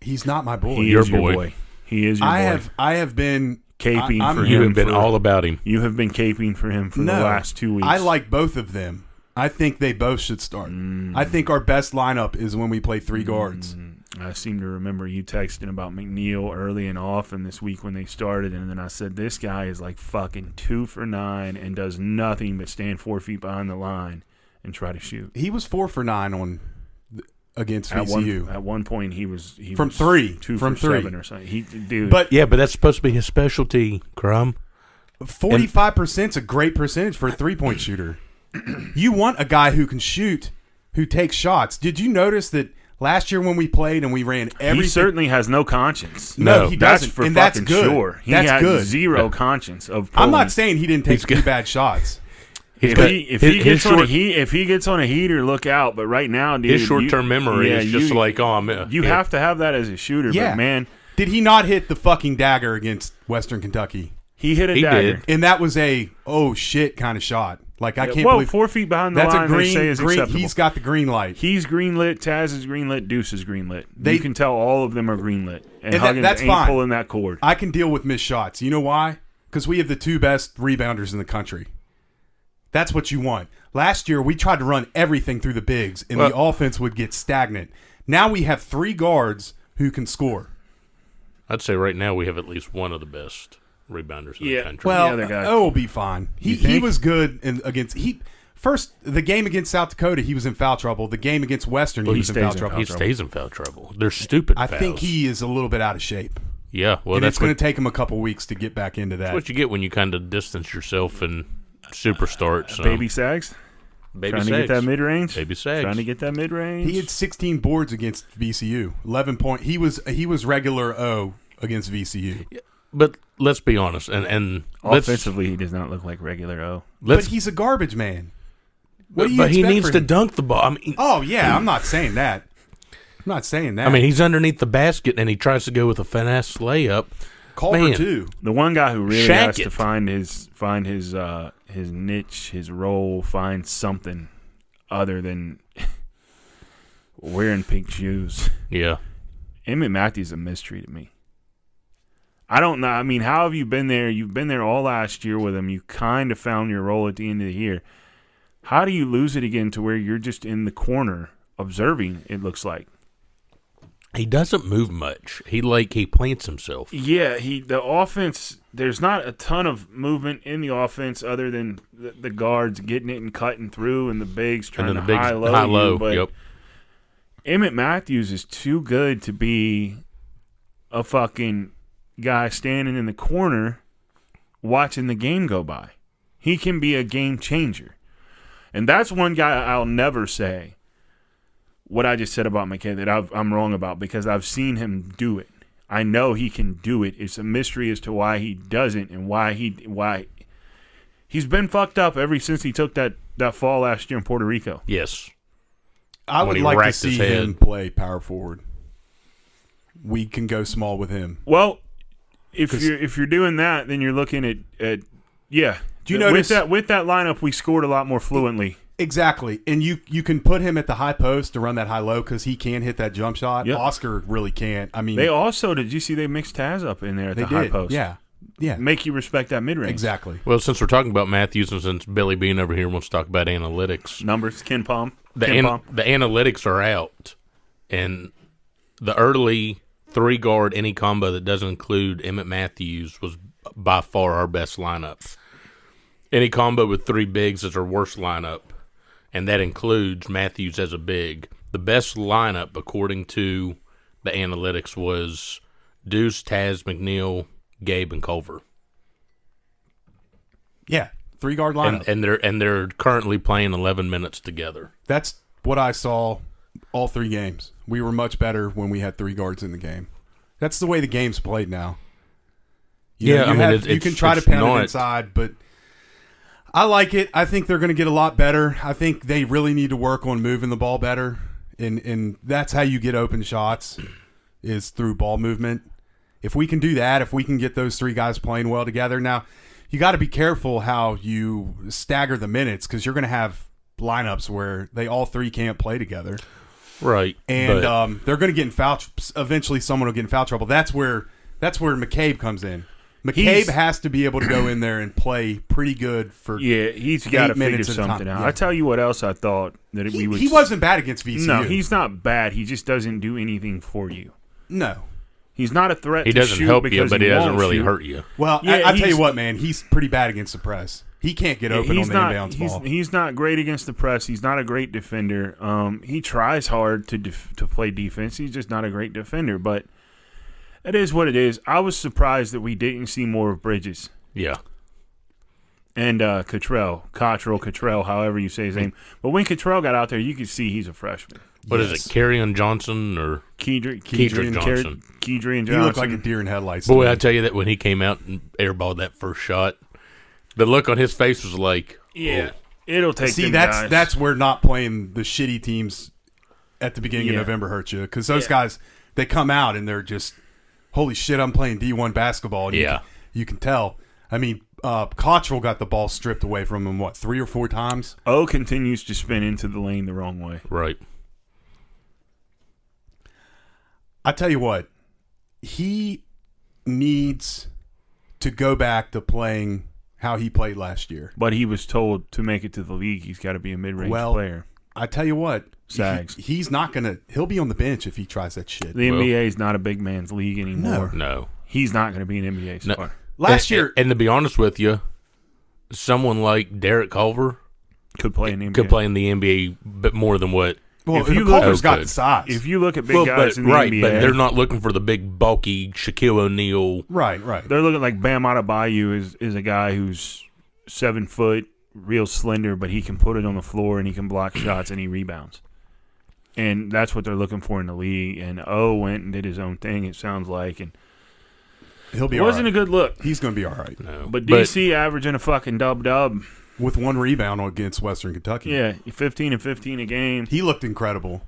Speaker 3: He's not my boy.
Speaker 2: He
Speaker 1: Your
Speaker 2: is your
Speaker 1: boy.
Speaker 2: boy. He is your
Speaker 3: I
Speaker 2: boy.
Speaker 3: have I have been
Speaker 2: Caping
Speaker 3: I, I'm-
Speaker 2: for
Speaker 1: You
Speaker 2: him
Speaker 1: have been
Speaker 2: for-
Speaker 1: all about him.
Speaker 2: you have been caping for him for
Speaker 3: no,
Speaker 2: the last two weeks.
Speaker 3: I like both of them. I think they both should start. I think our best lineup is when we play three guards.
Speaker 2: I seem to remember you texting about McNeil early and often this week when they started, and then I said this guy is like fucking two for nine and does nothing but stand four feet behind the line and try to shoot.
Speaker 3: He was four for nine on against
Speaker 2: At
Speaker 3: VCU.
Speaker 2: one, at one point, he was he
Speaker 3: From
Speaker 2: was
Speaker 3: three.
Speaker 2: two
Speaker 3: From
Speaker 2: for
Speaker 3: three.
Speaker 2: seven or something. He dude,
Speaker 3: but
Speaker 1: Yeah, but that's supposed to be his specialty, Crumb.
Speaker 3: Forty five percent's a great percentage for a three
Speaker 2: (coughs)
Speaker 3: point shooter. you want a guy who can shoot, who takes shots. Did you notice that last year when we played and we ran every
Speaker 2: he certainly has no conscience.
Speaker 3: No,
Speaker 1: No,
Speaker 3: he
Speaker 2: That's
Speaker 3: doesn't,
Speaker 2: for
Speaker 3: and that's
Speaker 2: fucking
Speaker 3: good.
Speaker 2: sure. He
Speaker 3: that's
Speaker 2: has
Speaker 3: good.
Speaker 2: zero conscience of.
Speaker 3: I'm not
Speaker 2: pulling-
Speaker 3: saying he didn't take
Speaker 1: He's
Speaker 3: three
Speaker 1: got-
Speaker 3: bad shots.
Speaker 2: if
Speaker 1: got-
Speaker 2: he, if
Speaker 1: his-
Speaker 2: he
Speaker 1: his
Speaker 2: gets on a
Speaker 1: short-
Speaker 2: he if he gets on a heater, look out. But right now, dude,
Speaker 1: His
Speaker 2: you-
Speaker 1: short term memory
Speaker 2: yeah,
Speaker 1: is just
Speaker 2: you-
Speaker 1: like, oh, I'm, uh,
Speaker 2: you
Speaker 1: yeah.
Speaker 2: have to have that as a shooter.
Speaker 3: Yeah.
Speaker 2: but man,
Speaker 3: Did he not hit the fucking dagger against Western Kentucky?
Speaker 2: he hit a
Speaker 1: He
Speaker 2: dagger.
Speaker 1: did.
Speaker 3: And that was a oh shit kind of shot. Like I can't
Speaker 2: Well,
Speaker 3: believe
Speaker 2: four feet behind the
Speaker 3: that's
Speaker 2: line,
Speaker 3: a
Speaker 2: they
Speaker 3: green.
Speaker 2: say is
Speaker 3: green
Speaker 2: acceptable.
Speaker 3: he's got the green light.
Speaker 2: He's greenlit. Taz is greenlit. Deuce is greenlit.
Speaker 3: They-
Speaker 2: you can tell all of them are greenlit, and,
Speaker 3: And that-
Speaker 2: Huggins
Speaker 3: that's
Speaker 2: ain't
Speaker 3: fine.
Speaker 2: pulling that cord.
Speaker 3: I can deal with missed shots. You know why? Because we have the two best rebounders in the country. That's what you want. Last year, we tried to run everything through the bigs, and the
Speaker 1: Well-
Speaker 3: offense would get stagnant. Now we have three guards who can score.
Speaker 1: I'd say right now we have at least one of the best rebounders in
Speaker 2: Yeah.
Speaker 1: the country.
Speaker 3: Well,
Speaker 2: other guy.
Speaker 3: O will be fine. He
Speaker 2: You
Speaker 3: he
Speaker 2: think?
Speaker 3: was good in, against he first the game against South Dakota. He was in foul trouble. The game against Western,
Speaker 2: Well,
Speaker 3: he
Speaker 2: he
Speaker 3: was in
Speaker 2: stays
Speaker 3: foul
Speaker 2: in
Speaker 3: trouble.
Speaker 1: he stays in foul trouble. They're stupid.
Speaker 3: I
Speaker 1: fouls.
Speaker 3: think he is a little bit out of shape,
Speaker 1: Yeah, well,
Speaker 3: and
Speaker 1: that's
Speaker 3: it's going
Speaker 1: what,
Speaker 3: to take him a couple weeks to get back into that.
Speaker 1: what you get when you kind of distance yourself and superstar.
Speaker 3: Uh-huh.
Speaker 1: So.
Speaker 2: Uh, Baby Sags
Speaker 1: baby
Speaker 2: trying to
Speaker 1: Sags.
Speaker 2: get that mid range.
Speaker 1: Baby Sags.
Speaker 2: trying to get that mid range.
Speaker 3: He had 16 boards against VCU. 11 point. He was he was regular O against VCU.
Speaker 1: But let's be honest, and and let's-
Speaker 2: Offensively, he does not look like regular O.
Speaker 1: let's.
Speaker 3: but he's a garbage man.
Speaker 1: but
Speaker 3: What do you
Speaker 1: but he
Speaker 3: expect
Speaker 1: needs
Speaker 3: for
Speaker 1: to
Speaker 3: him?
Speaker 2: Oh,
Speaker 1: dunk the ball. I mean,
Speaker 3: Oh yeah, I'm not saying that. I'm not saying that.
Speaker 1: I mean, he's underneath the basket and he tries to go with a finesse layup.
Speaker 3: Culver
Speaker 1: Man,
Speaker 3: too.
Speaker 2: The one guy who really
Speaker 1: Shack
Speaker 2: has to
Speaker 1: it.
Speaker 2: find his find his uh, his niche, his role, find something other than (laughs) wearing pink shoes.
Speaker 1: Yeah.
Speaker 2: Emmett Matthews a mystery to me. I don't know. I mean, how have you been there? You've been there all last year with him. You kind of found your role at the end of the year. How do you lose it again to where you're just in the corner observing? It looks like.
Speaker 1: He doesn't move much. He like he plants himself.
Speaker 2: Yeah, he the offense. There's not a ton of movement in the offense other than the, the guards getting it and cutting through, and the bigs trying
Speaker 1: And then
Speaker 2: to
Speaker 1: the bigs-
Speaker 2: high low.
Speaker 1: high-low,
Speaker 2: but
Speaker 1: yep.
Speaker 2: Emmett Matthews is too good to be a fucking guy standing in the corner watching the game go by. He can be a game changer, and that's one guy I'll never say what I just said about McKay that I've, I'm wrong about because I've seen him do it. I know he can do it. It's a mystery as to why he doesn't and why he why he's been fucked up ever since he took that that fall last year in Puerto Rico.
Speaker 1: Yes.
Speaker 3: I
Speaker 1: When
Speaker 3: would
Speaker 1: he
Speaker 3: like to
Speaker 1: racked his
Speaker 3: see
Speaker 1: head.
Speaker 3: him play power forward. We can go small with him.
Speaker 2: Well, if
Speaker 3: 'Cause-
Speaker 2: you're if you're doing that, then you're looking at at yeah.
Speaker 3: Do you
Speaker 2: With
Speaker 3: notice-
Speaker 2: that with that lineup, we scored a lot more fluently.
Speaker 3: Exactly, and you you can put him at the high post to run that high low because he can hit that jump shot.
Speaker 2: Yep.
Speaker 3: Oscar really can't. I mean,
Speaker 2: They also did you see they mixed Taz up in there at
Speaker 3: they
Speaker 2: the
Speaker 3: did.
Speaker 2: high post?
Speaker 3: Yeah, yeah,
Speaker 2: make you respect that mid range
Speaker 3: exactly.
Speaker 1: Well, since we're talking about Matthews and since Billy Bean over here wants to talk about analytics,
Speaker 2: numbers. Ken Palm,
Speaker 1: the
Speaker 2: Ken
Speaker 1: an-
Speaker 2: Palm.
Speaker 1: the analytics are out, and the early three guard any combo that doesn't include Emmett Matthews was by far our best lineup. Any combo with three bigs is our worst lineup, and that includes Matthews as a big. The best lineup according to the analytics was Deuce, Taz, McNeil, Gabe, and Culver.
Speaker 3: Yeah, three guard lineup.
Speaker 1: and, and they're and they're currently playing 11 minutes together.
Speaker 3: That's what I saw all three games. We were much better when we had three guards in the game. That's the way the game's played now. You
Speaker 1: Yeah,
Speaker 3: know, you,
Speaker 1: I mean,
Speaker 3: have-
Speaker 1: it's-
Speaker 3: you can
Speaker 1: it's-
Speaker 3: try to
Speaker 1: it's
Speaker 3: pound it
Speaker 1: not-
Speaker 3: inside, but I like it. I think they're going to get a lot better. I think they really need to work on moving the ball better, and and that's how you get open shots is through ball movement. If we can do that, if we can get those three guys playing well together, now you got to be careful how you stagger the minutes because you're going to have lineups where they all three can't play together,
Speaker 1: Right.
Speaker 3: and
Speaker 1: but,
Speaker 3: um, they're going to get in foul. tr- Eventually, someone will get in foul trouble. That's where that's where McCabe comes in. McCabe
Speaker 2: He's-
Speaker 3: has to be able to go in there and play pretty good for.
Speaker 2: Yeah, he's got to
Speaker 3: eight
Speaker 2: figure
Speaker 3: minutes at a
Speaker 2: something
Speaker 3: time,
Speaker 2: out.
Speaker 3: yeah.
Speaker 2: I tell you what else I thought that
Speaker 3: He,
Speaker 2: we would.
Speaker 3: he wasn't bad against VCU.
Speaker 2: No, he's not bad. He just doesn't do anything for you.
Speaker 3: no.
Speaker 2: He's not a threat.
Speaker 1: he
Speaker 2: to
Speaker 1: doesn't
Speaker 2: shoot
Speaker 1: help you,
Speaker 2: because
Speaker 1: but he doesn't
Speaker 2: won't
Speaker 1: really
Speaker 2: shoot.
Speaker 1: hurt you.
Speaker 3: Well,
Speaker 2: Yeah,
Speaker 3: I, I tell
Speaker 2: he's-
Speaker 3: you what, man, he's pretty bad against the press. He can't get open
Speaker 2: he's
Speaker 3: on the
Speaker 2: not,
Speaker 3: inbounds
Speaker 2: he's,
Speaker 3: ball.
Speaker 2: he's not great against the press. He's not a great defender. Um, he tries hard to def- to play defense. He's just not a great defender. But it is what it is. I was surprised that we didn't see more of Bridges
Speaker 1: Yeah.
Speaker 2: and uh, Cottrell, Cottrell, Cottrell, however you say his name. But when Cottrell got out there, you could see he's a freshman.
Speaker 1: What is
Speaker 3: Yes.
Speaker 1: it? Carrion Johnson or Kedrian
Speaker 2: Kedrian, Kedrian, Ker-
Speaker 1: Johnson.
Speaker 2: Kedrian
Speaker 3: He
Speaker 2: Johnson.
Speaker 3: looked like a deer in headlights. to
Speaker 1: Boy,
Speaker 3: me.
Speaker 1: I tell you that when he came out and airballed that first shot, the look on his face was like,
Speaker 2: Yeah,
Speaker 1: "Oh."
Speaker 2: it'll take.
Speaker 3: see
Speaker 2: them
Speaker 3: that's
Speaker 2: guys.
Speaker 3: that's where not playing the shitty teams at the beginning
Speaker 2: Yeah.
Speaker 3: of November hurts you because those guys they come out and they're just holy shit I'm playing D1 basketball and you
Speaker 1: Yeah.
Speaker 3: can- you, can tell I mean uh, Cottrell got the ball stripped away from him what three or four times
Speaker 2: O continues to spin into the lane the wrong way.
Speaker 1: right.
Speaker 3: I tell you what he needs to go back to playing how he played last year
Speaker 2: But he was told to make it to the league, he's got to be a mid-range
Speaker 3: Well,
Speaker 2: player.
Speaker 3: I tell you what he-
Speaker 2: Zags.
Speaker 3: he's not gonna he'll be on the bench if he tries that shit
Speaker 2: The
Speaker 1: Well-
Speaker 2: NBA is not a big man's league anymore.
Speaker 1: No.
Speaker 2: He's not going to be an NBA
Speaker 1: No.
Speaker 2: star.
Speaker 1: And-
Speaker 3: last year
Speaker 1: And to be honest with you, someone like Derek Culver
Speaker 2: Could play an NBA.
Speaker 1: could play in the NBA but more than what.
Speaker 3: well
Speaker 2: if you
Speaker 3: if
Speaker 2: look-
Speaker 3: Culver's got
Speaker 1: Okay.
Speaker 3: the size
Speaker 2: If you look at big
Speaker 1: Well,
Speaker 2: guys
Speaker 1: but,
Speaker 2: in the
Speaker 1: right,
Speaker 2: NBA,
Speaker 1: but they're not looking for the big, bulky Shaquille O'Neal.
Speaker 3: right right
Speaker 2: They're looking like Bam Adebayo is is a guy who's seven foot, real slender, but he can put it on the floor and he
Speaker 1: (clears throat)
Speaker 2: can block shots and he rebounds. And that's what they're looking for in the league. And O went and did his own thing. It sounds like, and
Speaker 3: He'll be
Speaker 2: it wasn't
Speaker 3: all
Speaker 2: a
Speaker 3: right.
Speaker 2: good look.
Speaker 3: He's going to be all right
Speaker 1: No.
Speaker 2: But DC averaging a fucking dub dub.
Speaker 3: with one rebound against Western Kentucky.
Speaker 2: Yeah, fifteen and fifteen a game.
Speaker 3: he looked incredible.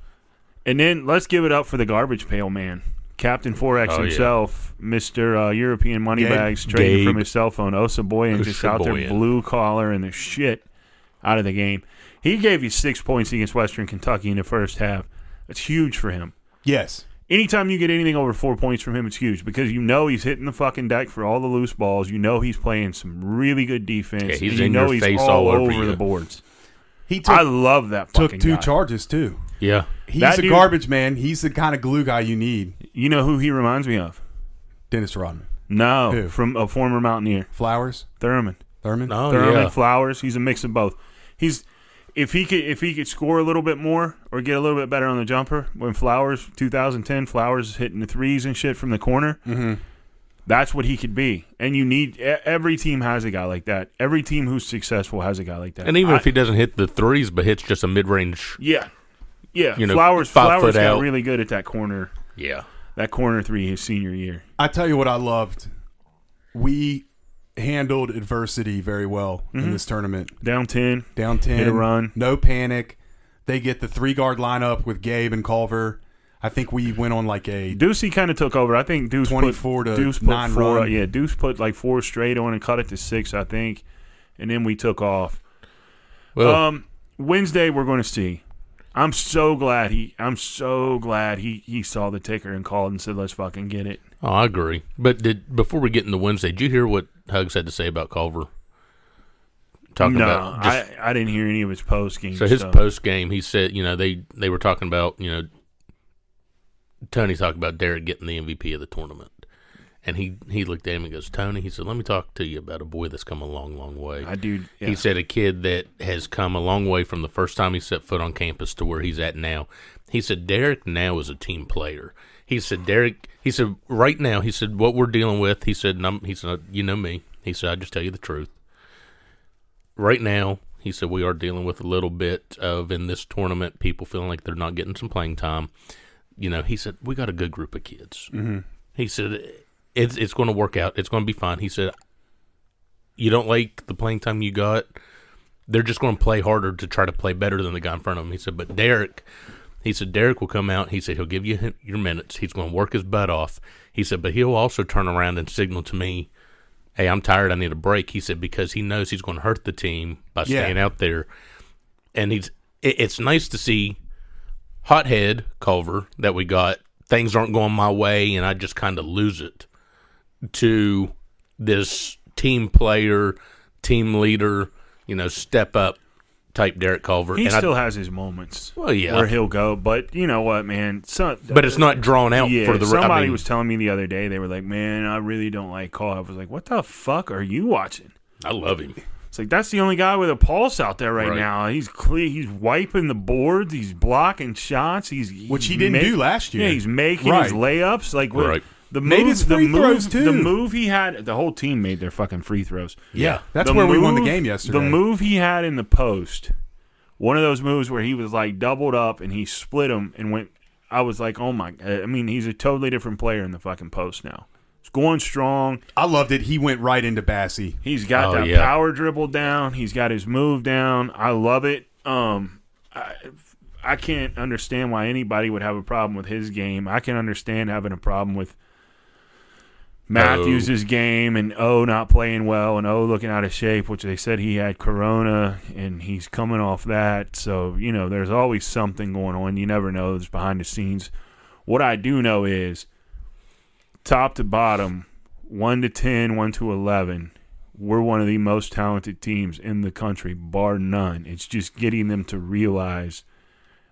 Speaker 2: And then let's give it up for the garbage pail man, Captain Forex
Speaker 1: Oh, yeah.
Speaker 2: himself, Mister uh, European Moneybags,
Speaker 1: Gabe.
Speaker 2: trading
Speaker 1: Gabe.
Speaker 2: from his cell phone. Osaboyan just out there
Speaker 1: Osaboyan.
Speaker 2: blue collar and the shit out of the game. He gave you six points against Western Kentucky in the first half. That's huge for him.
Speaker 3: Yes.
Speaker 2: Anytime you get anything over four points from him, it's huge because you know he's hitting the fucking deck for all the loose balls. You know he's playing some really good defense.
Speaker 1: Yeah, he's
Speaker 2: and you
Speaker 1: in
Speaker 2: know
Speaker 1: your
Speaker 2: he's
Speaker 1: face all
Speaker 2: all, over,
Speaker 1: over
Speaker 2: the
Speaker 1: you.
Speaker 2: boards.
Speaker 3: He
Speaker 2: I love that.
Speaker 3: took
Speaker 2: fucking
Speaker 3: two
Speaker 2: guy.
Speaker 3: charges too.
Speaker 1: Yeah.
Speaker 3: He's
Speaker 2: That
Speaker 3: a
Speaker 2: dude-
Speaker 3: garbage man. He's the kind of glue guy you need.
Speaker 2: You know who he reminds me of?
Speaker 3: Dennis Rodman,
Speaker 2: No,
Speaker 3: Who?
Speaker 2: from a former Mountaineer,
Speaker 3: Flowers,
Speaker 2: Thurman.
Speaker 3: Thurman.
Speaker 1: Oh,
Speaker 2: Thurman
Speaker 1: yeah.
Speaker 2: Flowers. He's a mix of both. He's if he could if he could score a little bit more or get a little bit better on the jumper when Flowers 2010 Flowers is hitting the threes and shit from the corner. That's what he could be. And you need e- every team has a guy like that. Every team who's successful has a guy like that.
Speaker 1: And even
Speaker 2: I-
Speaker 1: if he doesn't hit the threes, but hits just a mid range.
Speaker 2: yeah, yeah,
Speaker 1: You know,
Speaker 2: Flowers
Speaker 1: five
Speaker 2: Flowers
Speaker 1: foot
Speaker 2: got
Speaker 1: out.
Speaker 2: really good at that corner
Speaker 1: Yeah.
Speaker 2: that corner three his senior year.
Speaker 3: I tell you what I loved. We handled adversity very well
Speaker 2: Mm-hmm.
Speaker 3: in this tournament.
Speaker 2: Down ten,
Speaker 3: Down ten,
Speaker 2: Hit a run.
Speaker 3: no panic. They get the three guard lineup with Gabe and Culver. I think we went on like a
Speaker 2: Deucey kind of took over. I think Deuce
Speaker 3: 24
Speaker 2: put,
Speaker 3: to
Speaker 2: Deuce put
Speaker 3: nine
Speaker 2: four.
Speaker 3: run.
Speaker 2: Yeah, Deuce put like four straight on and cut it to six, I think, and then we took off.
Speaker 1: Well,
Speaker 2: Um, Wednesday we're going to see. I'm so glad he. I'm so glad he he saw the ticker and called and said, "Let's fucking get it."
Speaker 1: oh, I agree. But did before we get into Wednesday, did you hear what Hugs had to say about Culver? Talking
Speaker 2: no,
Speaker 1: about just-
Speaker 2: I I didn't hear any of his post game.
Speaker 1: So his post game, he said, you know, they they were talking about, you know, Tony talked about Derek getting the MVP of the tournament, and he he looked at him and goes, Tony, he said, let me talk to you about a boy that's come a long, long way.
Speaker 2: I do. Yeah.
Speaker 1: He said a kid that has come a long way from the first time he set foot on campus to where he's at now. He said Derek now is a team player. He said Derek. He said right now. He said what we're dealing with. He said and I'm, he said you know me. He said I just tell you the truth. Right now, he said we are dealing with a little bit of in this tournament people feeling like they're not getting some playing time. You know, he said we got a good group of kids. Mm-hmm. He said it's it's going to work out. It's going to be fine. He said you don't like the playing time you got, they're just going to play harder to try to play better than the guy in front of them. He said, but Derek, he said, Derek will come out. He said, he'll give you hi- your minutes. He's going to work his butt off. He said, but he'll also turn around and signal to me, hey, I'm tired. I need a break. He said, because he knows he's going to hurt the team by
Speaker 3: Yeah.
Speaker 1: staying out there. And he's, it, it's nice to see hothead Culver that we got. Things aren't going my way, and I just kind of lose it to this team player, team leader, you know, step up type Derek Culver.
Speaker 2: he
Speaker 1: and
Speaker 2: still
Speaker 1: I,
Speaker 2: has his moments.
Speaker 1: Well, yeah.
Speaker 2: where he'll go. But you know what, man? Some,
Speaker 1: but it's not drawn out
Speaker 2: yeah,
Speaker 1: for the. re- I
Speaker 2: somebody
Speaker 1: mean,
Speaker 2: was telling me the other day they were like, "Man, I really don't like Call." I was like, "What the fuck are you watching?"
Speaker 1: I love him.
Speaker 2: It's like that's the only guy with a pulse out there right,
Speaker 1: Right.
Speaker 2: now. He's clear. He's wiping the boards. He's blocking shots. He's
Speaker 3: Which he
Speaker 2: he's
Speaker 3: didn't do last year.
Speaker 2: Yeah, he's making his
Speaker 3: Right.
Speaker 2: layups. Like what-
Speaker 1: Right.
Speaker 2: the move,
Speaker 3: Made his free
Speaker 2: the move,
Speaker 3: throws, too.
Speaker 2: The move he had. The whole team made their fucking free throws.
Speaker 1: Yeah.
Speaker 3: That's
Speaker 2: The
Speaker 3: where we won the
Speaker 2: move-
Speaker 3: game yesterday.
Speaker 2: The move he had in the post, one of those moves where he was like doubled up and he split him and went. I was like, oh my! I mean, he's a totally different player in the fucking post now. He's going strong.
Speaker 3: I loved it. He went right into Bassie.
Speaker 2: He's got
Speaker 1: Oh,
Speaker 2: that
Speaker 1: yeah.
Speaker 2: power dribble down. He's got his move down. I love it. Um, I, I can't understand why anybody would have a problem with his game. I can understand having a problem with Matthews' game and O not playing well and O looking out of shape, which they said he had corona and he's coming off that. So, you know, there's always something going on. You never know. It's behind the scenes. What I do know is top to bottom, 1 to 10, 1 to 11, we're one of the most talented teams in the country, bar none. It's just getting them to realize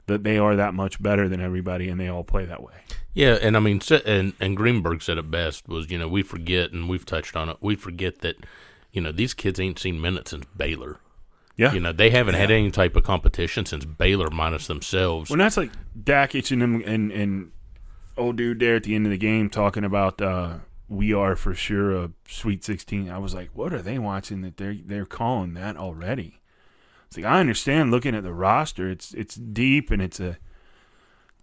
Speaker 2: that they are that much better than everybody and they all play that way.
Speaker 1: Yeah, and I mean, sa- and and Greenberg said it best was you know we forget and we've touched on it. We forget that you know these kids ain't seen minutes since Baylor.
Speaker 2: Yeah.
Speaker 1: You know they haven't had any type of competition since Baylor minus themselves.
Speaker 2: Well, that's like Dakich and them and and old dude there at the end of the game talking about uh, we are for sure a Sweet Sixteen. I was like, what are they watching that they're they're calling that already? It's like I understand looking at the roster, it's it's deep and it's a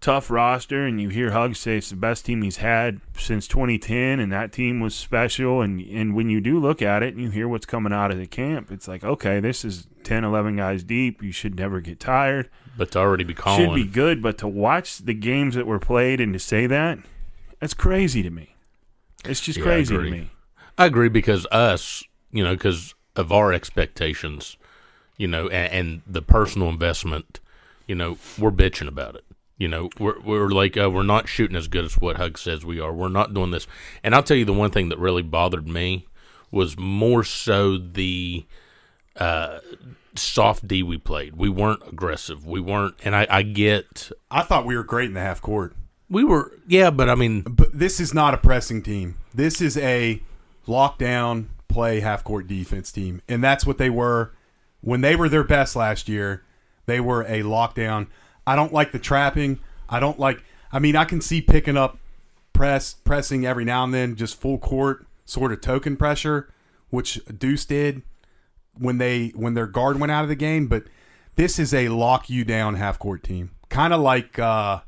Speaker 2: tough roster, and you hear Hug say it's the best team he's had since 2010, and that team was special. And, and when you do look at it and you hear what's coming out of the camp, it's like, okay, this is 10, 11 guys deep. You should never get tired.
Speaker 1: But to already be
Speaker 2: Should be
Speaker 1: calling,
Speaker 2: good, but to watch the games that were played and to say that, that's crazy to me. It's just
Speaker 1: Yeah, I
Speaker 2: crazy to
Speaker 1: agree.
Speaker 2: me.
Speaker 1: I agree because us, you know, because of our expectations, you know, and, and the personal investment, you know, we're bitching about it. You know, we're we're like uh, we're not shooting as good as what Hug says we are. We're not doing this. And I'll tell you the one thing that really bothered me was more so the uh, soft D we played. We weren't aggressive. We weren't. And I, I get
Speaker 3: I thought we were great in the half court.
Speaker 1: we were. Yeah, but I mean,
Speaker 3: But this is not a pressing team. This is a lockdown play half court defense team. And that's what they were when they were their best last year. They were a lockdown. I don't like the trapping. I don't like I mean, I can see picking up press pressing every now and then, just full court sort of token pressure, which Deuce did when they when their guard went out of the game, but this is a lock you down half court team. Kind of like uh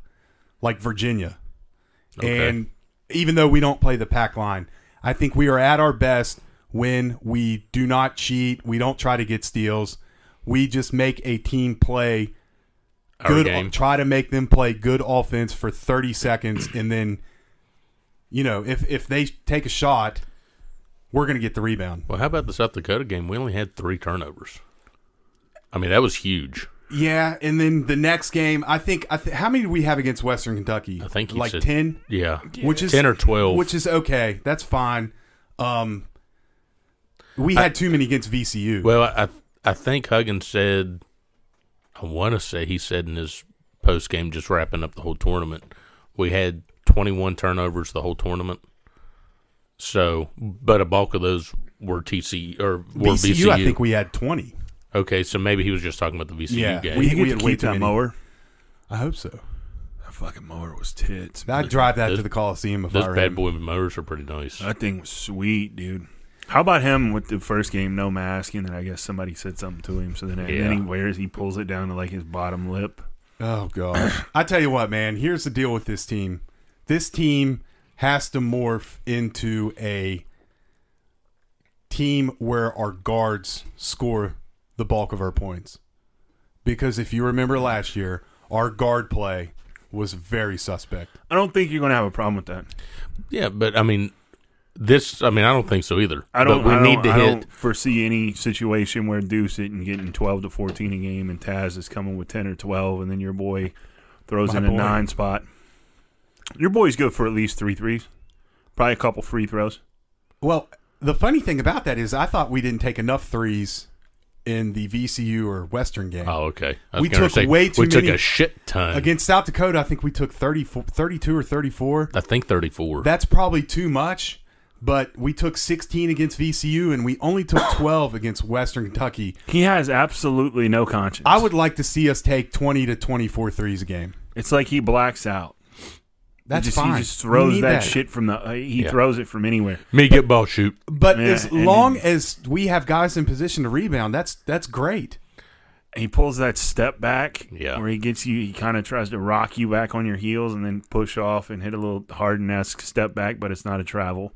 Speaker 3: like Virginia.
Speaker 1: Okay.
Speaker 3: And even though we don't play the pack line, I think we are at our best when we do not cheat, we don't try to get steals. We just make a team play
Speaker 1: Our
Speaker 3: good
Speaker 1: game.
Speaker 3: try to make them play good offense for 30 seconds (clears throat) and then you know, if if they take a shot, we're going to get the rebound.
Speaker 1: well, how about the South Dakota game? We only had three turnovers. I mean, that was huge.
Speaker 3: Yeah, and then the next game, I think, I th- how many did we have against Western Kentucky?
Speaker 1: I think he
Speaker 3: like
Speaker 1: said-
Speaker 3: ten,
Speaker 1: Yeah,
Speaker 3: which is
Speaker 1: 10 or 12.
Speaker 3: which is okay. That's fine. Um, we
Speaker 1: I-
Speaker 3: had too many against VCU.
Speaker 1: Well, I I think Huggins said, I want to say he said in his post game, just wrapping up the whole tournament, we had 21 turnovers the whole tournament. So, but a bulk of those were TC or were
Speaker 3: VCU,
Speaker 1: VCU.
Speaker 3: I think we had twenty.
Speaker 1: okay, so maybe he was just talking about the VCU
Speaker 3: Yeah,
Speaker 1: game.
Speaker 3: we-
Speaker 2: You get to
Speaker 3: had way
Speaker 2: keep
Speaker 3: too
Speaker 2: that
Speaker 3: many.
Speaker 2: mower.
Speaker 3: I hope so.
Speaker 2: That fucking mower was tits.
Speaker 3: I'd drive that
Speaker 1: Those-
Speaker 3: to the Coliseum if I
Speaker 1: Those
Speaker 3: were
Speaker 1: bad
Speaker 3: him.
Speaker 1: boy motors are pretty nice.
Speaker 3: Uh,
Speaker 2: That thing was sweet, dude. How about him with the first game, no mask, and then I guess somebody said something to him. So then, and then
Speaker 1: Yeah.
Speaker 2: he wears, he pulls it down to like his bottom lip.
Speaker 3: Oh gosh. (clears throat) I tell you what, man, here's the deal with this team. This team has to morph into a team where our guards score the bulk of our points. Because if you remember last year, our guard play was very suspect.
Speaker 2: I don't think you're gonna have a problem with that.
Speaker 1: yeah, but I mean, this. I mean, I don't think so either.
Speaker 2: I don't.
Speaker 1: But we
Speaker 2: I
Speaker 1: need
Speaker 2: don't,
Speaker 1: to
Speaker 2: I
Speaker 1: hit.
Speaker 2: don't foresee any situation where Deuce isn't getting 12 to 14 a game, and Taz is coming with 10 or 12, and then your boy throws
Speaker 3: My
Speaker 2: in
Speaker 3: boy.
Speaker 2: a nine spot. Your boy's good for at least three threes, probably a couple free throws.
Speaker 3: Well, the funny thing about that is I thought we didn't take enough threes in the VCU or Western game.
Speaker 1: Oh, okay. I was
Speaker 3: We
Speaker 1: gonna
Speaker 3: took way too
Speaker 1: We took
Speaker 3: many-
Speaker 1: a shit ton.
Speaker 3: Against South Dakota, I think we took 34, 32 or 34.
Speaker 1: I think thirty-four.
Speaker 3: That's probably too much, but we took 16 against VCU and we
Speaker 1: (coughs)
Speaker 3: only took 12 against Western Kentucky.
Speaker 2: He has absolutely no conscience.
Speaker 3: I would like to see us take 20 to 24 threes a game.
Speaker 2: It's like he blacks out.
Speaker 3: That's
Speaker 2: he just,
Speaker 3: fine.
Speaker 2: He just
Speaker 3: We
Speaker 2: throws
Speaker 3: need
Speaker 2: that, shit from the. Uh, he
Speaker 1: Yeah.
Speaker 2: throws it from anywhere.
Speaker 1: Me get ball shoot.
Speaker 3: But
Speaker 2: Yeah,
Speaker 3: as
Speaker 2: and
Speaker 3: long
Speaker 2: then-
Speaker 3: as we have guys in position to rebound, that's that's great.
Speaker 2: He pulls that step back.
Speaker 1: Yeah.
Speaker 2: Where he gets you. He kind of tries to rock you back on your heels and then push off and hit a little Harden esque step back, but it's not a travel.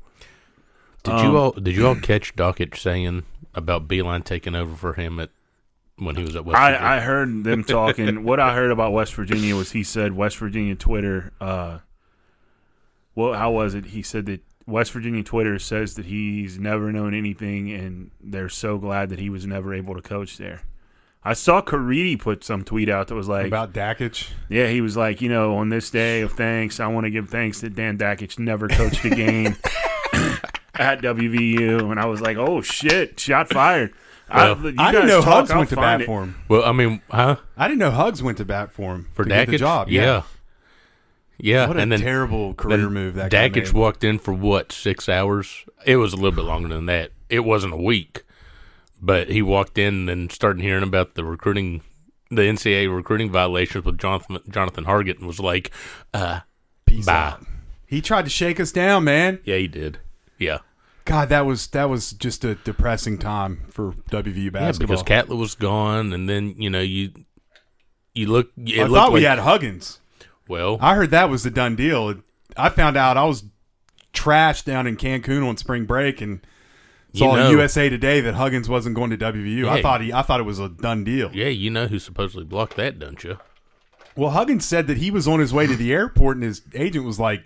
Speaker 1: Did
Speaker 2: Um,
Speaker 1: you all did you all catch Dockett saying about Beeline taking over for him at when he was at West? Virginia?
Speaker 2: I, I heard them talking. what I heard about West Virginia was he said West Virginia Twitter. Uh, well, how was it? He said that West Virginia Twitter says that he's never known anything, and they're so glad that he was never able to coach there. I saw Caridi put some tweet out that was like,
Speaker 3: About Dakich.
Speaker 2: "Yeah, he was like, you know, on this day of thanks, I want to give thanks that Dan Dakich never coached a
Speaker 3: (laughs)
Speaker 2: game at WVU." And I was like, "Oh shit, shot fired."
Speaker 1: Well,
Speaker 2: you
Speaker 3: I
Speaker 2: guys
Speaker 3: didn't know
Speaker 2: talk,
Speaker 3: Hugs
Speaker 2: I'll
Speaker 3: went to
Speaker 2: find
Speaker 3: bat
Speaker 2: it.
Speaker 3: for him.
Speaker 1: well, I mean, huh?
Speaker 3: I didn't know Hugs went to bat for him
Speaker 1: For
Speaker 3: to
Speaker 1: Dakich,
Speaker 3: get the job.
Speaker 1: yeah, yeah.
Speaker 3: What a
Speaker 1: and then
Speaker 3: terrible career
Speaker 1: then
Speaker 3: move that guy
Speaker 1: Dakich
Speaker 3: made.
Speaker 1: walked in for what six hours? It was a little bit longer than that. It wasn't a week, but he walked in and started hearing about the recruiting, the NCAA recruiting violations with Jonathan Jonathan Hargett, and was like, uh,
Speaker 3: Peace
Speaker 1: bye.
Speaker 3: out. He tried to shake us down, man.
Speaker 1: Yeah, he did. Yeah,
Speaker 3: God, that was that was just a depressing time for WVU
Speaker 1: yeah.
Speaker 3: basketball.
Speaker 1: Because Catlett was gone, and then you know you. You look. It
Speaker 3: I
Speaker 1: looked
Speaker 3: thought we
Speaker 1: like-
Speaker 3: had Huggins.
Speaker 1: Well,
Speaker 3: I heard that was the done deal. I found out I was trashed down in Cancun on spring break and
Speaker 1: You
Speaker 3: saw
Speaker 1: know.
Speaker 3: USA Today that Huggins wasn't going to WVU. I
Speaker 1: Yeah.
Speaker 3: thought he, I thought it was a done deal.
Speaker 1: yeah, you know who supposedly blocked that, don't you?
Speaker 3: Well, Huggins said that he was on his way to the airport and his agent was like,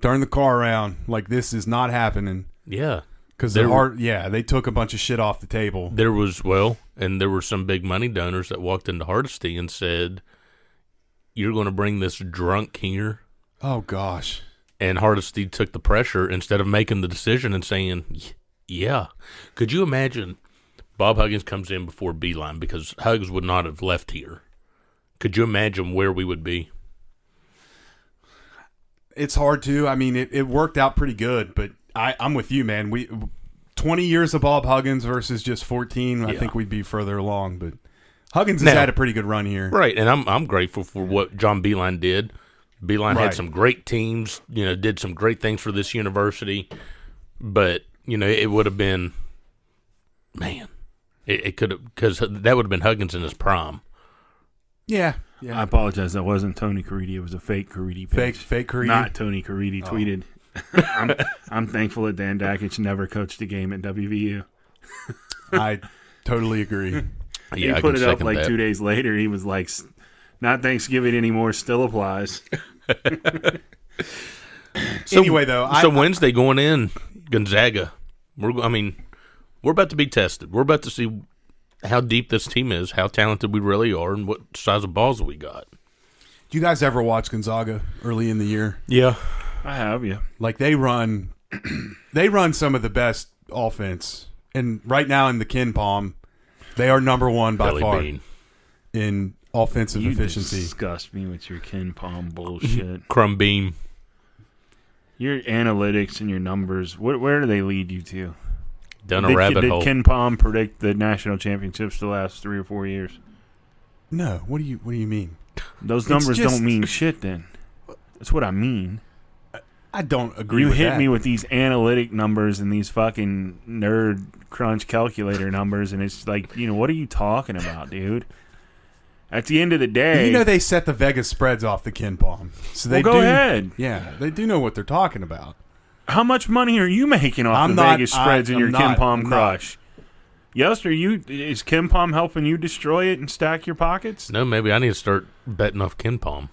Speaker 3: "Turn the car around. Like this is not happening."
Speaker 1: Yeah,
Speaker 3: Because
Speaker 1: There
Speaker 3: there
Speaker 1: were-
Speaker 3: are, yeah, they took a bunch of shit off the table.
Speaker 1: There was well, and there were some big money donors that walked into Hardesty and said, "You're going to bring this drunk here."
Speaker 3: Oh gosh.
Speaker 1: And Hardesty took the pressure instead of making the decision and saying, "Y- "Yeah." Could you imagine? Bob Huggins comes in before Beeline because Hugs would not have left here. Could you imagine where we would be?
Speaker 3: It's hard to. I mean, it, it worked out pretty good, but I, I'm with you, man. We twenty years of Bob Huggins versus just fourteen. I
Speaker 1: Yeah.
Speaker 3: think we'd be further along, but Huggins has
Speaker 1: Now-
Speaker 3: had a pretty good run here.
Speaker 1: Right, and I'm I'm grateful for what John Beeline did. Beeline had
Speaker 3: Right.
Speaker 1: some great teams, you know, did some great things for this university, but you know, it would have been, man, it, it could have because that would have been Huggins in his prime.
Speaker 3: Yeah.
Speaker 2: I apologize. That wasn't Tony Caridi. It was a fake Caridi. Page.
Speaker 3: Fake- fake Caridi? Oh.
Speaker 2: Not Tony Caridi tweeted. (laughs) I'm, I'm thankful that Dan Dakich never coached a game at WVU.
Speaker 3: (laughs) I totally (laughs) agree.
Speaker 2: he
Speaker 1: Yeah, I
Speaker 2: put
Speaker 1: can
Speaker 2: it up
Speaker 1: second
Speaker 2: like
Speaker 1: that.
Speaker 2: two days later. He was like, "S- "Not Thanksgiving anymore. Still applies."
Speaker 3: anyway, though, I,
Speaker 1: so Wednesday going in Gonzaga, we're go- I mean, we're about to be tested. We're about to see how deep this team is, how talented we really are, and what size of balls we got.
Speaker 3: do you guys ever watch Gonzaga early in the year?
Speaker 1: Yeah,
Speaker 2: I have you.
Speaker 3: Like they run, (clears throat) they run some of the best offense, and right now in the Ken Palm, they are number one by
Speaker 1: Billy
Speaker 3: far
Speaker 1: Bean,
Speaker 3: in offensive
Speaker 2: You
Speaker 3: efficiency.
Speaker 2: disgust me with your Ken Palm bullshit.
Speaker 1: crumb beam.
Speaker 2: your analytics and your numbers. What, where do they lead you to?
Speaker 1: Down a
Speaker 2: did,
Speaker 1: rabbit
Speaker 2: did
Speaker 1: hole.
Speaker 2: Ken Palm predict the national championships the last three or four years?
Speaker 3: No, what do you what do you mean?
Speaker 2: Those
Speaker 3: It's
Speaker 2: numbers
Speaker 3: just-
Speaker 2: don't mean shit. Then that's what I mean.
Speaker 3: I don't agree.
Speaker 2: you
Speaker 3: with
Speaker 2: hit
Speaker 3: that.
Speaker 2: me with these analytic numbers and these fucking nerd crunch calculator numbers, and it's like, you know, what are you talking about, dude? At the end of the day,
Speaker 3: You know they set the Vegas spreads off the Ken Palm, so they
Speaker 2: Well, go
Speaker 3: do,
Speaker 2: ahead.
Speaker 3: Yeah, they do know what they're talking about.
Speaker 2: how much money are you making off
Speaker 3: I'm
Speaker 2: the
Speaker 3: not-
Speaker 2: Vegas
Speaker 3: I-
Speaker 2: spreads in
Speaker 3: I'm
Speaker 2: your
Speaker 3: not-
Speaker 2: Kim Palm
Speaker 3: I'm not.
Speaker 2: crush? Yes, are you? Is Kim Palm helping you destroy it and stack your pockets?
Speaker 1: No, maybe I need to start betting off Ken Palm.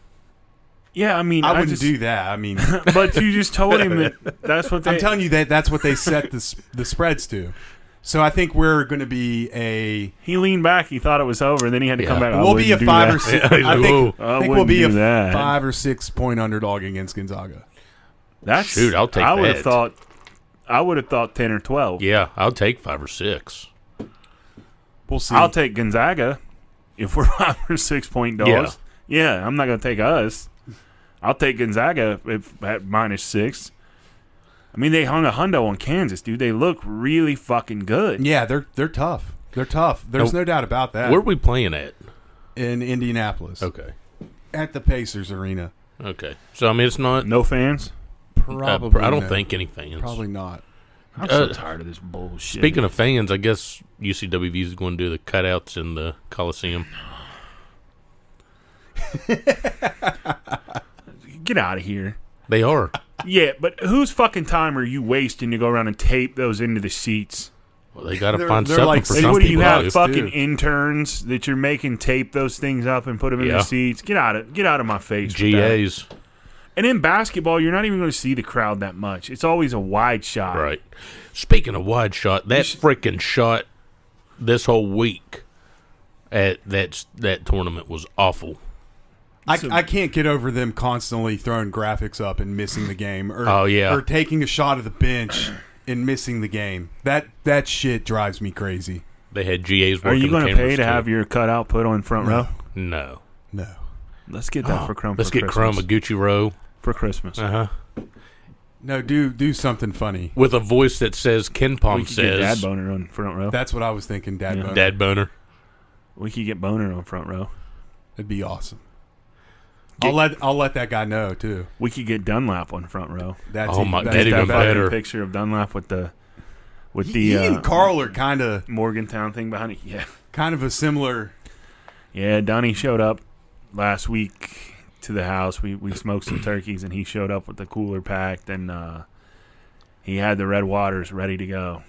Speaker 2: Yeah, I mean,
Speaker 3: I, wouldn't
Speaker 2: just,
Speaker 3: do that.
Speaker 2: (laughs)
Speaker 3: I mean,
Speaker 2: But you just told him
Speaker 3: (laughs)
Speaker 2: that that's what they.
Speaker 3: I'm telling you that that's what they set the s- the spreads to. So I think we're going to be a
Speaker 2: He leaned back. He thought it was over, and then he had to come
Speaker 1: Yeah.
Speaker 2: back. I
Speaker 3: we'll be a
Speaker 2: wouldn't do
Speaker 3: five
Speaker 2: that.
Speaker 3: or six.
Speaker 1: Yeah,
Speaker 3: I
Speaker 2: (laughs)
Speaker 3: think,
Speaker 2: I
Speaker 3: I think we'll be a
Speaker 2: wouldn't do that.
Speaker 3: five or six point underdog against Gonzaga.
Speaker 2: That's
Speaker 1: Shoot, I'll take
Speaker 2: I would have
Speaker 1: that.
Speaker 2: thought. I would have thought ten or twelve.
Speaker 1: Yeah, I'll take five or six.
Speaker 3: We'll see.
Speaker 2: I'll take Gonzaga if we're (laughs) five or six point dogs. Yeah, I'm not going to take us. I'll take Gonzaga if at minus six. I mean, they hung a hundo on Kansas, dude. They look really fucking good.
Speaker 3: yeah, they're they're tough. They're tough. There's
Speaker 1: Now,
Speaker 3: no doubt about that.
Speaker 1: Where are we playing at?
Speaker 3: in Indianapolis
Speaker 1: Okay.
Speaker 3: at the Pacers Arena.
Speaker 1: Okay. So, I mean, it's not.
Speaker 2: No fans.
Speaker 1: uh,
Speaker 3: Probably.
Speaker 1: I don't
Speaker 3: no.
Speaker 1: think any fans.
Speaker 3: Probably not.
Speaker 2: I'm
Speaker 1: so
Speaker 2: tired of this bullshit.
Speaker 1: Uh, Speaking of fans, I guess UCWV is going to do the cutouts in the Coliseum.
Speaker 2: get out of here.
Speaker 1: They are.
Speaker 2: Yeah, but whose fucking time are you wasting to go around and tape those into the seats?
Speaker 1: Well, they got to
Speaker 3: They're-
Speaker 1: find
Speaker 3: they're
Speaker 1: something
Speaker 3: like-
Speaker 1: for
Speaker 3: Hey,
Speaker 2: Like,
Speaker 1: some
Speaker 2: what do you
Speaker 1: people.
Speaker 2: have?
Speaker 1: to do.
Speaker 2: Fucking
Speaker 3: dude.
Speaker 2: interns that you're making tape those things up and put them in
Speaker 1: Yeah.
Speaker 2: the seats. Get out of get out of my face. with that.
Speaker 1: GAs.
Speaker 2: And in basketball, you're not even going to see the crowd that much. It's always a wide shot.
Speaker 1: Right. Speaking of wide shot, that freaking shot this whole week at that, that tournament was awful.
Speaker 3: I, I can't get over them constantly throwing graphics up and missing the game, or
Speaker 1: Oh, yeah.
Speaker 3: or taking a shot of the bench and missing the game. That that shit drives me crazy.
Speaker 1: They had GAs working
Speaker 2: Are you going
Speaker 1: the
Speaker 2: to
Speaker 1: cameras
Speaker 2: pay to
Speaker 1: too.
Speaker 2: have your cutout put on front row?
Speaker 1: No.
Speaker 3: No,
Speaker 2: Let's get that for Crumb.
Speaker 1: Oh, Let's
Speaker 2: for
Speaker 1: get Crumb
Speaker 2: Christmas.
Speaker 1: a Gucci Row.
Speaker 2: for Christmas.
Speaker 1: Uh huh.
Speaker 3: no, do do something funny.
Speaker 1: with a voice that says Ken
Speaker 2: we
Speaker 1: Palm
Speaker 2: could get Dad
Speaker 1: says
Speaker 2: Boner on front row.
Speaker 3: That's what I was thinking, Dad.
Speaker 2: Yeah.
Speaker 3: Boner.
Speaker 1: Dad Boner.
Speaker 2: we could get Boner on front row.
Speaker 3: That'd be awesome. I'll let I'll let that guy know too.
Speaker 2: We could get Dunlap on front row.
Speaker 3: That's
Speaker 1: Oh,
Speaker 3: e-
Speaker 1: my-
Speaker 3: that's
Speaker 1: that even
Speaker 3: even
Speaker 2: That fucking
Speaker 1: better.
Speaker 2: picture of Dunlap with the with
Speaker 3: He,
Speaker 2: the
Speaker 3: he
Speaker 2: uh,
Speaker 3: and Carl are kind of
Speaker 2: Morgantown thing behind it. Yeah,
Speaker 3: kind of a similar.
Speaker 2: yeah. Donnie showed up last week to the house. We we smoked some turkeys, and he showed up with the cooler packed, and uh, he had the red waters ready to go.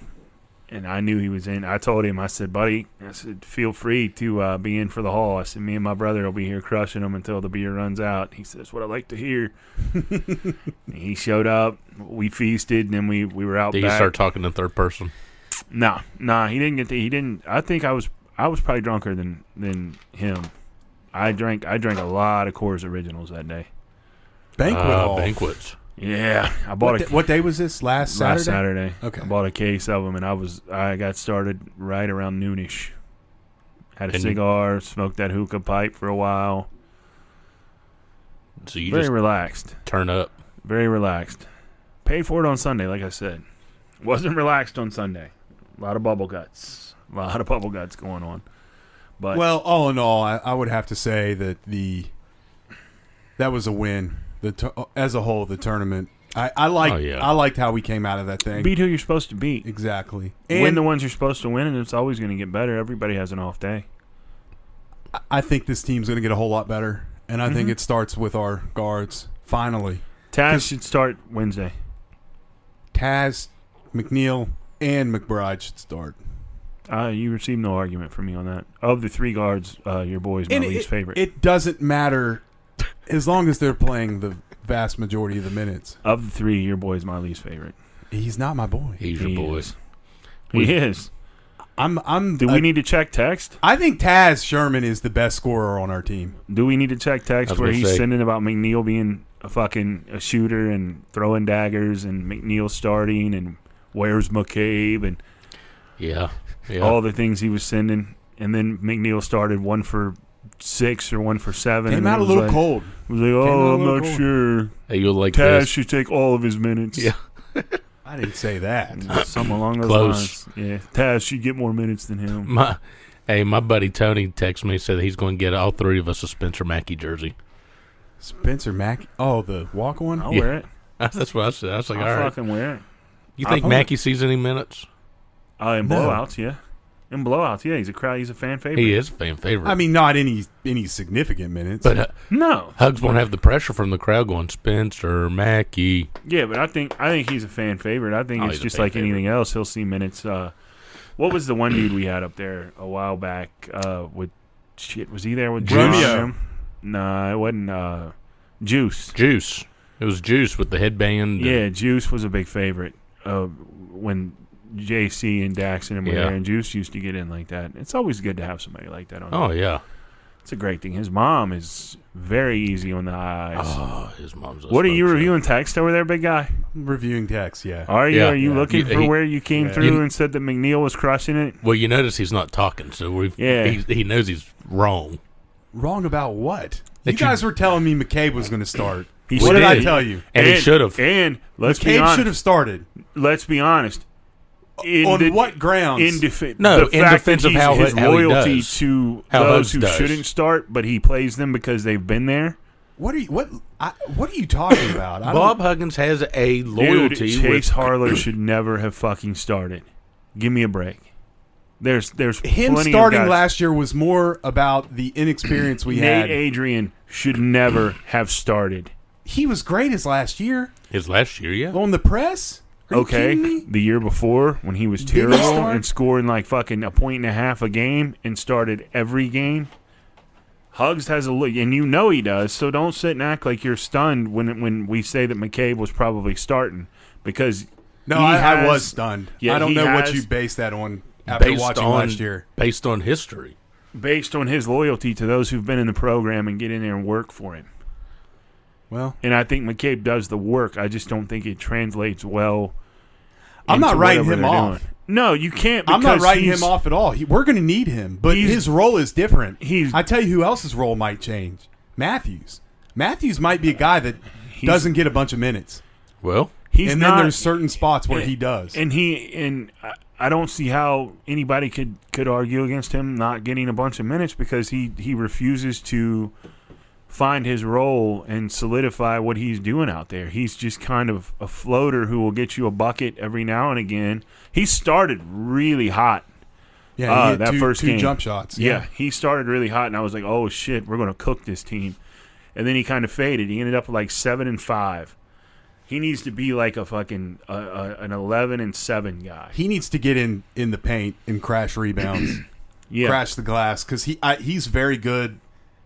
Speaker 2: And I knew he was in. I told him, I said, buddy, I said, feel free to uh, be in for the haul. I said, me and my brother will be here crushing them until the beer runs out. He says, what I like
Speaker 1: (laughs)
Speaker 2: to hear. And he showed up. We feasted, and then we, we were out
Speaker 1: Did you
Speaker 2: back.
Speaker 1: start talking in third person?
Speaker 2: No, no, he didn't get the. He didn't. I think I was. I was probably drunker than than him. I drank. I drank a lot of Coors Originals that day.
Speaker 3: Banquet
Speaker 1: Ah,
Speaker 3: hall.
Speaker 1: banquets.
Speaker 2: Yeah, I bought
Speaker 3: What,
Speaker 2: a
Speaker 3: da- what day was this? Last Saturday.
Speaker 2: last Saturday.
Speaker 3: Okay.
Speaker 2: I bought a case of them, and I was. I got started right around noonish. Had a
Speaker 1: And you-
Speaker 2: cigar, smoked that hookah pipe for a while.
Speaker 1: So you
Speaker 2: Very
Speaker 1: just
Speaker 2: relaxed.
Speaker 1: turn up.
Speaker 2: Very relaxed. Paid for it on Sunday, like I said. Wasn't relaxed on Sunday. A lot of bubble guts. A lot of bubble guts going on. But
Speaker 3: Well, all in all, I, I would have to say that the that was a win. The tu- as a whole, the tournament. I I like
Speaker 1: Oh, yeah.
Speaker 3: I liked how we came out of that thing.
Speaker 2: beat who you're supposed to beat.
Speaker 3: exactly.
Speaker 2: win
Speaker 3: And
Speaker 2: the ones you're supposed to win, and it's always going to get better. Everybody has an off day.
Speaker 3: I think this team's going to get a whole lot better, and I think it starts with our guards. Finally,
Speaker 2: Taz should start Wednesday.
Speaker 3: Taz, McNeil, and McBride should start.
Speaker 2: Uh, you received no argument from me on that. Of the three guards, uh, your boy's my
Speaker 3: And
Speaker 2: least
Speaker 3: it,
Speaker 2: favorite.
Speaker 3: It doesn't matter as long as they're playing the vast majority of the minutes.
Speaker 2: of the three, your boy's my least favorite.
Speaker 3: He's not my boy.
Speaker 1: He's your
Speaker 2: He
Speaker 1: boy.
Speaker 2: is. He is.
Speaker 3: I'm I'm.
Speaker 2: Do
Speaker 3: I-
Speaker 2: we need to check text?
Speaker 3: I think Taz Sherman is the best scorer on our team.
Speaker 2: Do we need to check
Speaker 1: I
Speaker 2: text
Speaker 1: was
Speaker 2: where
Speaker 1: gonna
Speaker 2: he's
Speaker 1: say-
Speaker 2: sending about McNeil being a fucking a shooter and throwing daggers and McNeil starting and where's McCabe and
Speaker 1: Yeah. Yeah.
Speaker 2: all the things he was sending. And then McNeil started one for six or one for seven.
Speaker 3: Came
Speaker 2: and
Speaker 3: out
Speaker 2: it
Speaker 3: a
Speaker 2: was
Speaker 3: little
Speaker 2: like-
Speaker 3: cold.
Speaker 2: It was like,
Speaker 3: out a
Speaker 2: oh, I'm
Speaker 3: little
Speaker 2: not
Speaker 3: cold."
Speaker 2: sure.
Speaker 1: hey, you'll like
Speaker 2: Taz
Speaker 1: this.
Speaker 2: should take all of his minutes.
Speaker 1: Yeah.
Speaker 3: I didn't
Speaker 2: (laughs)
Speaker 3: say that.
Speaker 2: Something along those
Speaker 1: Close. Mm.
Speaker 2: lines. Yeah. Taz should get more minutes than him.
Speaker 1: My, hey, my buddy Tony texted me said he's going to get all three of us a Spencer Mackey jersey. (laughs)
Speaker 3: Spencer Mack. Oh, the walk on.
Speaker 2: I'll
Speaker 1: Yeah.
Speaker 2: wear it.
Speaker 1: That's what I said. I was like,
Speaker 2: I'll
Speaker 1: all right.
Speaker 2: fucking wear it.
Speaker 1: You
Speaker 2: I
Speaker 1: think
Speaker 2: hope-
Speaker 1: Mackey sees any minutes?
Speaker 2: Oh, in
Speaker 3: No.
Speaker 2: blowouts, yeah. In blowouts, yeah. He's a crowd. He's a fan favorite.
Speaker 1: He is a fan favorite.
Speaker 3: I mean, not any any significant minutes.
Speaker 1: but uh,
Speaker 2: No.
Speaker 1: Hugs won't have the pressure from the crowd going Spencer Mackey.
Speaker 2: Yeah, but I think I think he's a fan favorite. I think
Speaker 1: Oh,
Speaker 2: it's
Speaker 1: he's a
Speaker 2: just
Speaker 1: fan
Speaker 2: like
Speaker 1: favorite.
Speaker 2: anything else. He'll see minutes. Uh, what was the one dude we had up there a while back? Uh, with shit, was he there with Juice?
Speaker 3: Romeo.
Speaker 2: Nah, it wasn't. Uh, Juice.
Speaker 1: Juice. It was Juice with the headband. and-
Speaker 2: Yeah, Juice was a big favorite uh, when JC and Dax and him were
Speaker 1: Yeah.
Speaker 2: there, and Juice used to get in like that. It's always good to have somebody like that on.
Speaker 1: Oh yeah.
Speaker 2: It's a great thing. His mom is very easy on the eyes.
Speaker 1: Oh, his mom's. A
Speaker 2: what are you
Speaker 1: smoke show.
Speaker 2: reviewing text over there, big guy?
Speaker 3: reviewing text, yeah.
Speaker 2: Are you
Speaker 1: Yeah.
Speaker 2: are you
Speaker 1: Yeah.
Speaker 2: looking
Speaker 1: You-
Speaker 2: for
Speaker 1: he-
Speaker 2: where you came
Speaker 3: Yeah.
Speaker 2: through
Speaker 1: You-
Speaker 2: and said that McNeil was crushing it?
Speaker 1: Well, you notice he's not talking, so we've.
Speaker 2: Yeah.
Speaker 1: He, he knows he's wrong.
Speaker 3: Wrong about what?
Speaker 1: That
Speaker 3: you
Speaker 1: you-
Speaker 3: guys were telling me McCabe was going to start.
Speaker 2: (clears throat) He
Speaker 3: what did I
Speaker 1: did.
Speaker 3: tell you?
Speaker 1: And he should've.
Speaker 2: And let's be
Speaker 3: McCabe should
Speaker 2: honest.
Speaker 3: have started.
Speaker 2: Let's be honest. In
Speaker 3: on
Speaker 2: the-
Speaker 3: what grounds?
Speaker 2: In defe-
Speaker 1: No,
Speaker 2: the
Speaker 1: in
Speaker 2: fact
Speaker 1: defense
Speaker 2: that
Speaker 1: of
Speaker 2: he's-
Speaker 1: how-
Speaker 2: his
Speaker 1: how he
Speaker 2: loyalty
Speaker 1: does.
Speaker 2: to
Speaker 1: How
Speaker 2: those
Speaker 1: Hugs
Speaker 2: who
Speaker 1: does.
Speaker 2: shouldn't start, but he plays them because they've been there.
Speaker 3: what are you? What? I, what are
Speaker 2: (coughs)
Speaker 3: you talking about? I
Speaker 1: Bob Huggins has a
Speaker 2: Dude,
Speaker 1: loyalty
Speaker 2: Chase
Speaker 1: with (clears throat)
Speaker 2: Harlow should never have fucking started. Give me a break. There's there's
Speaker 3: don't- him
Speaker 2: plenty of
Speaker 3: starting
Speaker 2: guys.
Speaker 3: last year was more about the inexperience we
Speaker 2: Nate
Speaker 3: had.
Speaker 2: Adrian should never have started.
Speaker 3: He was great as last year
Speaker 1: his last year. Yeah.
Speaker 3: on the press. Are you
Speaker 2: Okay,
Speaker 3: kidding me?
Speaker 2: the year before when he was
Speaker 3: Didn't he
Speaker 2: terrible
Speaker 3: start?
Speaker 2: and scoring like fucking a point and a half a game and started every game. Hugs has a look, and you know he does. So don't sit and act like you're stunned when when we say that McCabe was probably starting because
Speaker 3: No,
Speaker 2: he
Speaker 3: I, I
Speaker 2: has-
Speaker 3: was stunned.
Speaker 2: Yeah,
Speaker 3: I don't
Speaker 2: he
Speaker 3: know what
Speaker 2: has-
Speaker 3: you based that on after watching
Speaker 1: on
Speaker 3: last year.
Speaker 1: based on history.
Speaker 2: based on his loyalty to those who've been in the program and get in there and work for him.
Speaker 3: Well,
Speaker 2: And I think McCabe does the work. I just don't think it translates well.
Speaker 3: I'm
Speaker 2: into
Speaker 3: not writing
Speaker 2: whatever
Speaker 3: him
Speaker 2: they're
Speaker 3: off.
Speaker 2: doing. No, you can't.
Speaker 3: I'm not
Speaker 2: because
Speaker 3: writing
Speaker 2: he's-
Speaker 3: him off at all. He, we're going to need him, but
Speaker 2: He's-
Speaker 3: his role is different.
Speaker 2: he's-
Speaker 3: I tell you who else's role might change. Matthews. Matthews might be a guy that doesn't get a bunch of minutes.
Speaker 1: Well,
Speaker 2: He's
Speaker 3: and
Speaker 2: not,
Speaker 3: then there's certain spots where
Speaker 2: and-
Speaker 3: he does.
Speaker 2: and he and I, I don't see how anybody could could argue against him not getting a bunch of minutes because he he refuses to find his role and solidify what he's doing out there. He's just kind of a floater who will get you a bucket every now and again. He started really hot
Speaker 3: yeah,
Speaker 2: uh,
Speaker 3: he hit
Speaker 2: that
Speaker 3: two,
Speaker 2: first
Speaker 3: two
Speaker 2: game.
Speaker 3: jump shots.
Speaker 2: Yeah. he started really hot, and I was like, "Oh shit, we're gonna cook this team." and then he kind of faded. He ended up like seven and five. He needs to be like a fucking uh, uh, an eleven and seven guy.
Speaker 3: He needs to get in in the paint and crash rebounds,
Speaker 2: Yeah.
Speaker 3: crash the glass because he I, he's very good.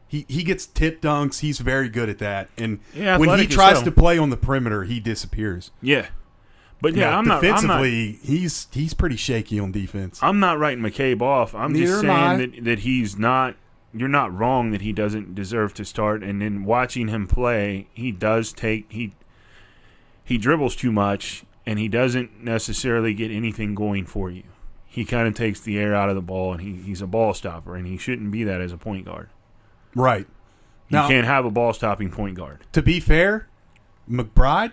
Speaker 3: He he gets tip dunks. He's very good at that. And
Speaker 2: Yeah,
Speaker 3: when he
Speaker 2: athletic as
Speaker 3: tries
Speaker 2: hell.
Speaker 3: to play on the perimeter, he disappears.
Speaker 2: Yeah, but yeah, I'm not. I'm not,
Speaker 3: defensively, he's he's pretty shaky on defense.
Speaker 2: I'm not writing McCabe off. I'm just
Speaker 3: Neither am
Speaker 2: saying that, that he's not. You're not wrong that he doesn't deserve to start. And then watching him play, he does take he he dribbles too much, and he doesn't necessarily get anything going for you. He kind of takes the air out of the ball, and he, he's a ball stopper, and he shouldn't be that as a point guard.
Speaker 3: Right.
Speaker 2: You
Speaker 3: Now-
Speaker 2: can't have a ball stopping point guard.
Speaker 3: To be fair, McBride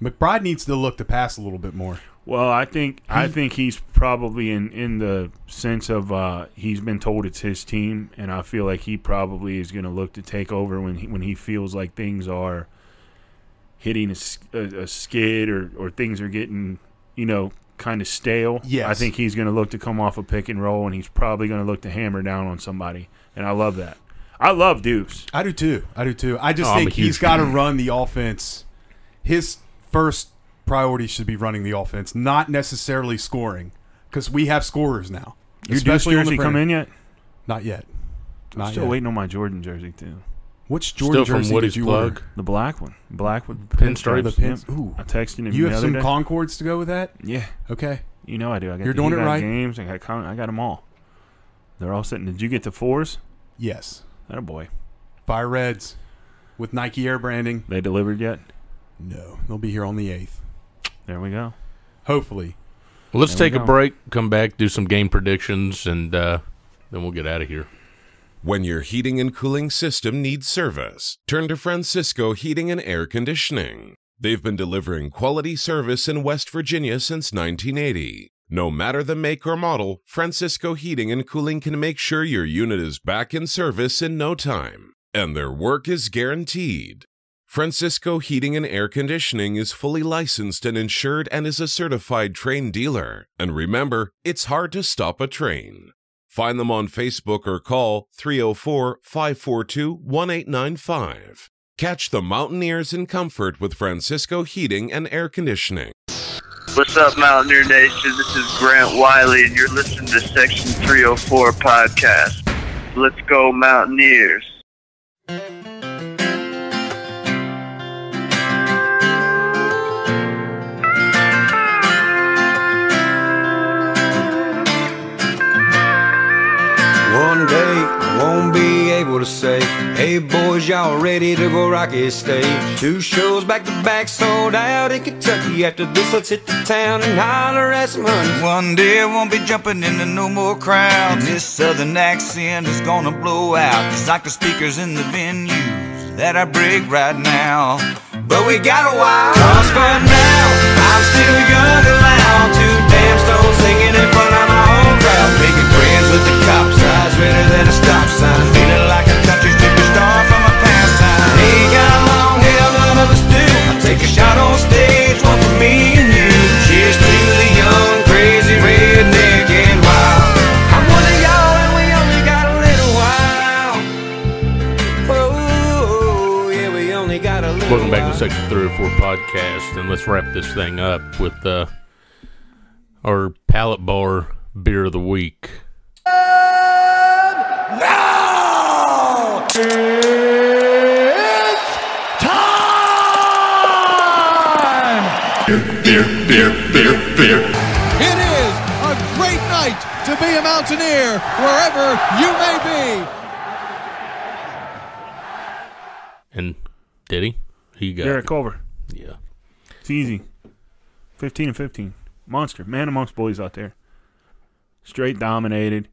Speaker 3: McBride needs to look to pass a little bit more.
Speaker 2: Well, I think I think he's probably in in the sense of uh, he's been told it's his team, and I feel like he probably is going to look to take over when he, when he feels like things are hitting a, s- a- a skid or or things are getting you know kind of stale.
Speaker 3: Yes.
Speaker 2: I think he's going to look to come off a pick and roll, and he's probably going to look to hammer down on somebody, and I love that. I love Deuce.
Speaker 3: I do too. I do too. I just
Speaker 1: Oh, I'm a
Speaker 3: think he's
Speaker 1: huge
Speaker 3: got to run the offense. His first priority should be running the offense, not necessarily scoring, because we have scorers now.
Speaker 2: Your Deuce
Speaker 3: especially on the
Speaker 2: jersey come
Speaker 3: perimeter.
Speaker 2: in yet?
Speaker 3: Not yet.
Speaker 2: I'm
Speaker 3: Not
Speaker 2: still
Speaker 3: yet.
Speaker 2: waiting on my Jordan jersey too.
Speaker 3: Which Jordan
Speaker 1: Still from
Speaker 3: jersey
Speaker 1: Woody's
Speaker 3: did you
Speaker 1: plug.
Speaker 3: order?
Speaker 2: The black one, black with pinstripes.
Speaker 3: Pinstripes. The pins-
Speaker 2: Yep.
Speaker 3: Ooh.
Speaker 2: I texted him.
Speaker 3: You
Speaker 2: the
Speaker 3: have
Speaker 2: other
Speaker 3: some
Speaker 2: day.
Speaker 3: Concords to go with that?
Speaker 2: Yeah,
Speaker 3: Okay.
Speaker 2: you know I do. I got
Speaker 3: You're
Speaker 2: the
Speaker 3: doing it
Speaker 2: Eli
Speaker 3: right.
Speaker 2: Games. I got Con- I got them all. They're all sitting. Did you get the fours?
Speaker 3: Yes.
Speaker 2: That a boy.
Speaker 3: Fire Reds with Nike Air branding.
Speaker 2: They delivered yet?
Speaker 3: No, they'll be here on the 8th.
Speaker 2: There we go.
Speaker 3: Hopefully.
Speaker 1: Well, let's
Speaker 2: There we
Speaker 1: take a
Speaker 2: go.
Speaker 1: break, come back, do some game predictions, and uh, then we'll get out of here.
Speaker 9: When your heating and cooling system needs service, turn to Francisco Heating and Air Conditioning. They've been delivering quality service in West Virginia since 1980. No matter the make or model, Francisco Heating and Cooling can make sure your unit is back in service in no time, and their work is guaranteed. Francisco Heating and Air Conditioning is fully licensed and insured and is a certified train dealer. And remember, it's hard to stop a train. Find them on Facebook or call 304 542 1895. Catch the Mountaineers in comfort with Francisco Heating and Air Conditioning.
Speaker 11: What's up, Mountaineer Nation? This is Grant Wiley, and you're listening to Section 304 podcast. Let's go, Mountaineers.
Speaker 12: One day I won't be able to say, Hey boys, y'all ready to go Rocky State? Two shows back to back sold out in Kentucky. After this, let's hit the town and holler at some honey.
Speaker 13: One day I won't be jumping into no more crowds. This southern accent is gonna blow out. It's like the speakers in the venues that I break right now. But we got a while. Cause for now, I'm still young and loud. Two damn stones singing in front of my own crowd. Making friends with the cops, eyes redder than a stop sign. Feeling like a country stripper star from a past time. They got long hair, none of us do. I take a shot on stage, one for me and you. Cheers to the young, crazy redneck and wild. I'm one of y'all and we only got a little while.
Speaker 12: Oh, yeah, we only got a little
Speaker 1: Welcome back
Speaker 12: while.
Speaker 1: to Section 304 podcast, and let's wrap this thing up with uh, our Pallet Bar Beer of the Week.
Speaker 13: Ah!
Speaker 5: Now it's time.
Speaker 4: Beer, beer, beer, beer.
Speaker 14: It is a great night to be a Mountaineer wherever you may be.
Speaker 1: And did he? He got
Speaker 2: Derek Culver.
Speaker 1: Yeah.
Speaker 2: It's easy. Fifteen and fifteen. Monster man amongst boys out there. Straight dominated.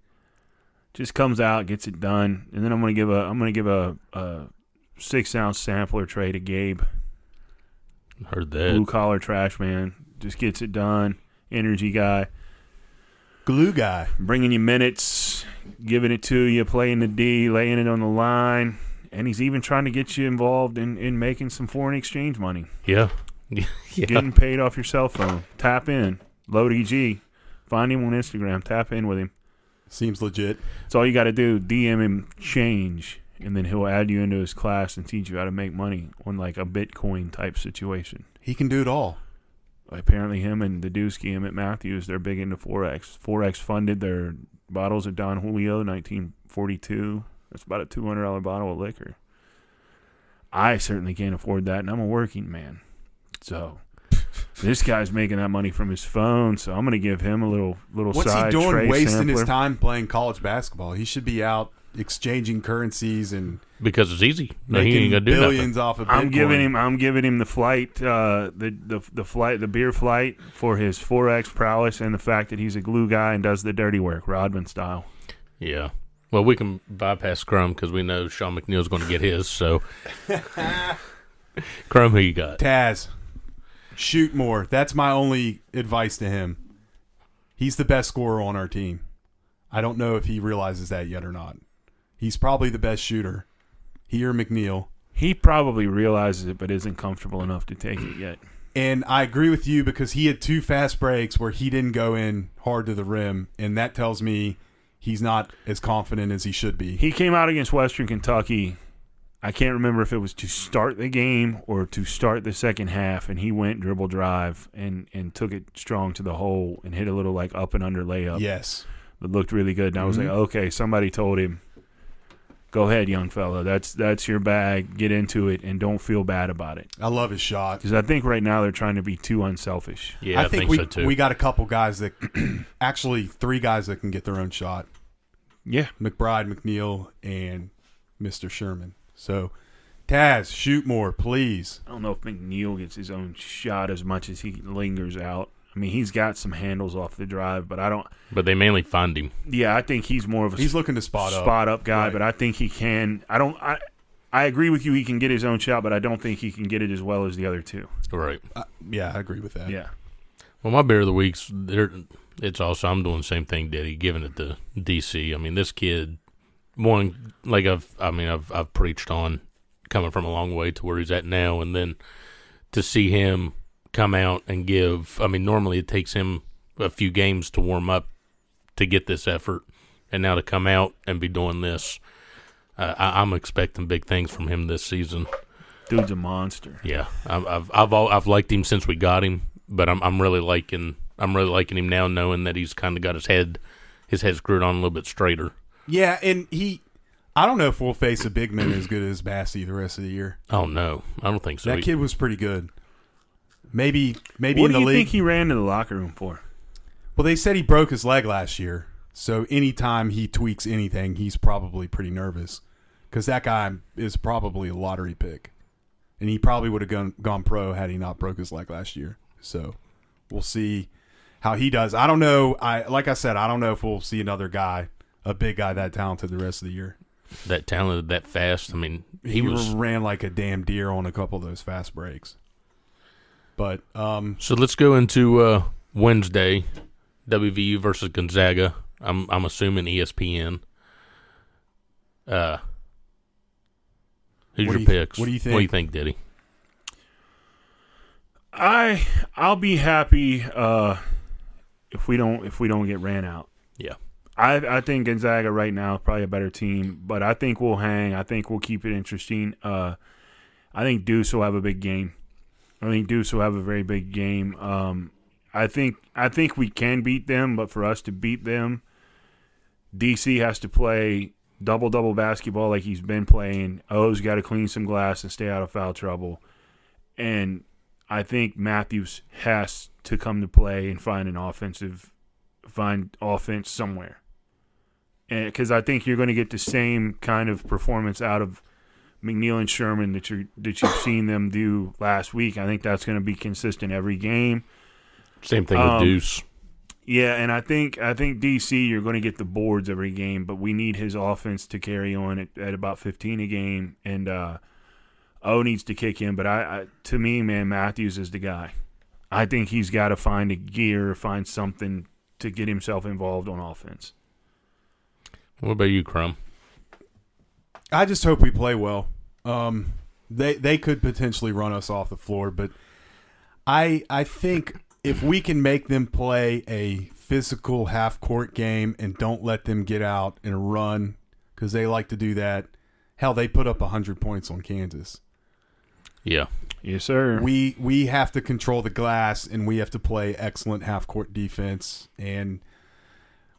Speaker 2: Just comes out, gets it done, and then I'm gonna give a I'm gonna give a, a six ounce sampler tray to Gabe.
Speaker 1: Heard that.
Speaker 2: Blue collar trash man. Just gets it done. Energy guy.
Speaker 3: Glue guy.
Speaker 2: Bringing you minutes, giving it to you, playing the D, laying it on the line. And he's even trying to get you involved in, in making some foreign exchange money.
Speaker 3: (laughs)
Speaker 1: Yeah.
Speaker 2: Getting paid off your cell phone. Tap in. Load EG. Find him on Instagram. Tap in with him.
Speaker 3: Seems legit.
Speaker 2: That's all you got to do. DM him change, and then he'll add you into his class and teach you how to make money on like a Bitcoin type situation.
Speaker 3: He can do it all.
Speaker 2: Apparently, him and the Dusky Emmett Matthews, they're big into Forex. Forex funded their bottles of Don Julio 1942. That's about a $200 bottle of liquor. I certainly can't afford that, and I'm a working man.
Speaker 3: (laughs)
Speaker 2: So this guy's making that money from his phone, so I'm going to give him a little little
Speaker 3: What's
Speaker 2: side
Speaker 3: he doing
Speaker 2: tray
Speaker 3: wasting
Speaker 2: sampler.
Speaker 3: his time playing college basketball? He should be out exchanging currencies and
Speaker 1: because it's easy. No, he
Speaker 3: making
Speaker 1: ain't gonna do
Speaker 3: billions
Speaker 1: nothing.
Speaker 3: off of
Speaker 2: I'm
Speaker 3: Bitcoin.
Speaker 2: giving him. I'm giving him the flight, uh, the the the flight, the beer flight for his forex prowess and the fact that he's a glue guy and does the dirty work, Rodman style.
Speaker 1: Yeah. Well, we can bypass Crum because we know Sean McNeil's going to get his.
Speaker 3: (laughs)
Speaker 1: So, Crum, who you got?
Speaker 3: Taz, shoot more. That's my only advice to him. He's the best scorer on our team. I don't know if he realizes that yet or not. He's probably the best shooter. He or McNeil.
Speaker 2: He probably realizes it, but isn't comfortable enough to take it yet.
Speaker 3: And I agree with you because he had two fast breaks where he didn't go in hard to the rim, and that tells me he's not as confident as he should be.
Speaker 2: He came out against Western Kentucky. I can't remember if it was to start the game or to start the second half, and he went dribble drive and and took it strong to the hole and hit a little like up and under layup.
Speaker 3: Yes.
Speaker 2: that looked really good, and I was
Speaker 3: Mhm.
Speaker 2: like, okay, somebody told him, go ahead, young fella, that's that's your bag, get into it, and don't feel bad about it.
Speaker 3: I love his shot.
Speaker 2: Because I think right now they're trying to be too unselfish.
Speaker 3: I think, we we got a couple guys that (clears throat) actually three guys that can get their own shot.
Speaker 2: Yeah,
Speaker 3: McBride, McNeil, and Mister Sherman. So, Taz, shoot more, please.
Speaker 2: I don't know if McNeil gets his own shot as much as he lingers out. I mean, he's got some handles off the drive, but I don't.
Speaker 1: But they mainly find him.
Speaker 2: Yeah, I think he's more of a
Speaker 3: He's looking to spot up.
Speaker 2: spot up guy,
Speaker 3: Right.
Speaker 2: but I think he can. I don't. I I agree with you. He can get his own shot, but I don't think he can get it as well as the other two.
Speaker 1: Right.
Speaker 3: Yeah, I agree with that.
Speaker 2: Yeah.
Speaker 1: Well, my beer of the week's there. It's also I'm doing the same thing, Diddy, giving it to DC. I mean, this kid, one like I've I mean I've I've preached on coming from a long way to where he's at now, and then to see him come out and give. I mean, normally it takes him a few games to warm up to get this effort, and now to come out and be doing this, uh, I, I'm expecting big things from him this season.
Speaker 2: Dude's a monster.
Speaker 1: Yeah, I've I've I've, al I've liked him since we got him, but I'm I'm really liking I'm really liking him now, knowing that he's kind of got his head his head screwed on a little bit straighter.
Speaker 3: Yeah, and he, I don't know if we'll face a big man as good as Bassey the rest of the year.
Speaker 1: Oh no, I don't think so.
Speaker 3: That kid was pretty good. Maybe, maybe
Speaker 2: what
Speaker 3: in the
Speaker 2: do you
Speaker 3: league.
Speaker 2: think he ran to the locker room for?
Speaker 3: Well, they said he broke his leg last year, so anytime he tweaks anything, he's probably pretty nervous because that guy is probably a lottery pick, and he probably would have gone gone pro had he not broke his leg last year. So we'll see how he does. I don't know. I like I said, I don't know if we'll see another guy, a big guy that talented, the rest of the year.
Speaker 1: that talented, that fast. I mean,
Speaker 3: He,
Speaker 1: he, was.
Speaker 3: ran like a damn deer on a couple of those fast breaks. But um,
Speaker 1: So let's go into uh, Wednesday, WVU versus Gonzaga. I'm I'm assuming E ESPN. Uh, who's
Speaker 3: What
Speaker 1: your
Speaker 3: do you-
Speaker 1: picks?
Speaker 3: what do you
Speaker 1: What do you
Speaker 3: think?
Speaker 1: think, Diddy?
Speaker 2: I I'll be happy uh, if we don't if we don't get ran out.
Speaker 1: Yeah.
Speaker 2: I I think Gonzaga right now is probably a better team, but I think we'll hang. I think we'll keep it interesting. Uh, I think Deuce will have a big game. I think Deuce will have a very big game. Um, I think I think we can beat them, but for us to beat them, DC has to play double double basketball like he's been playing. O's got to clean some glass and stay out of foul trouble. And I think Matthews has to come to play and find an offensive find offense somewhere. Because I think you're going to get the same kind of performance out of McNeil and Sherman that you that you've seen them do last week. I think that's going to be consistent every game.
Speaker 1: Same thing with
Speaker 2: Um,
Speaker 1: Deuce.
Speaker 2: Yeah, and I think I think DC you're going to get the boards every game, but we need his offense to carry on at, at about 15 a game, and uh, O needs to kick in. But I, I, to me, man, Matthews is the guy. I think he's got to find a gear, find something to get himself involved on offense.
Speaker 1: What about you, Crum?
Speaker 3: I just hope we play well. Um, they they could potentially run us off the floor, but I I think if we can make them play a physical half court game and don't let them get out and run because they like to do that, Hell, they put up 100 points on Kansas.
Speaker 1: Yeah.
Speaker 2: Yes, sir.
Speaker 3: We we have to control the glass and we have to play excellent half court defense and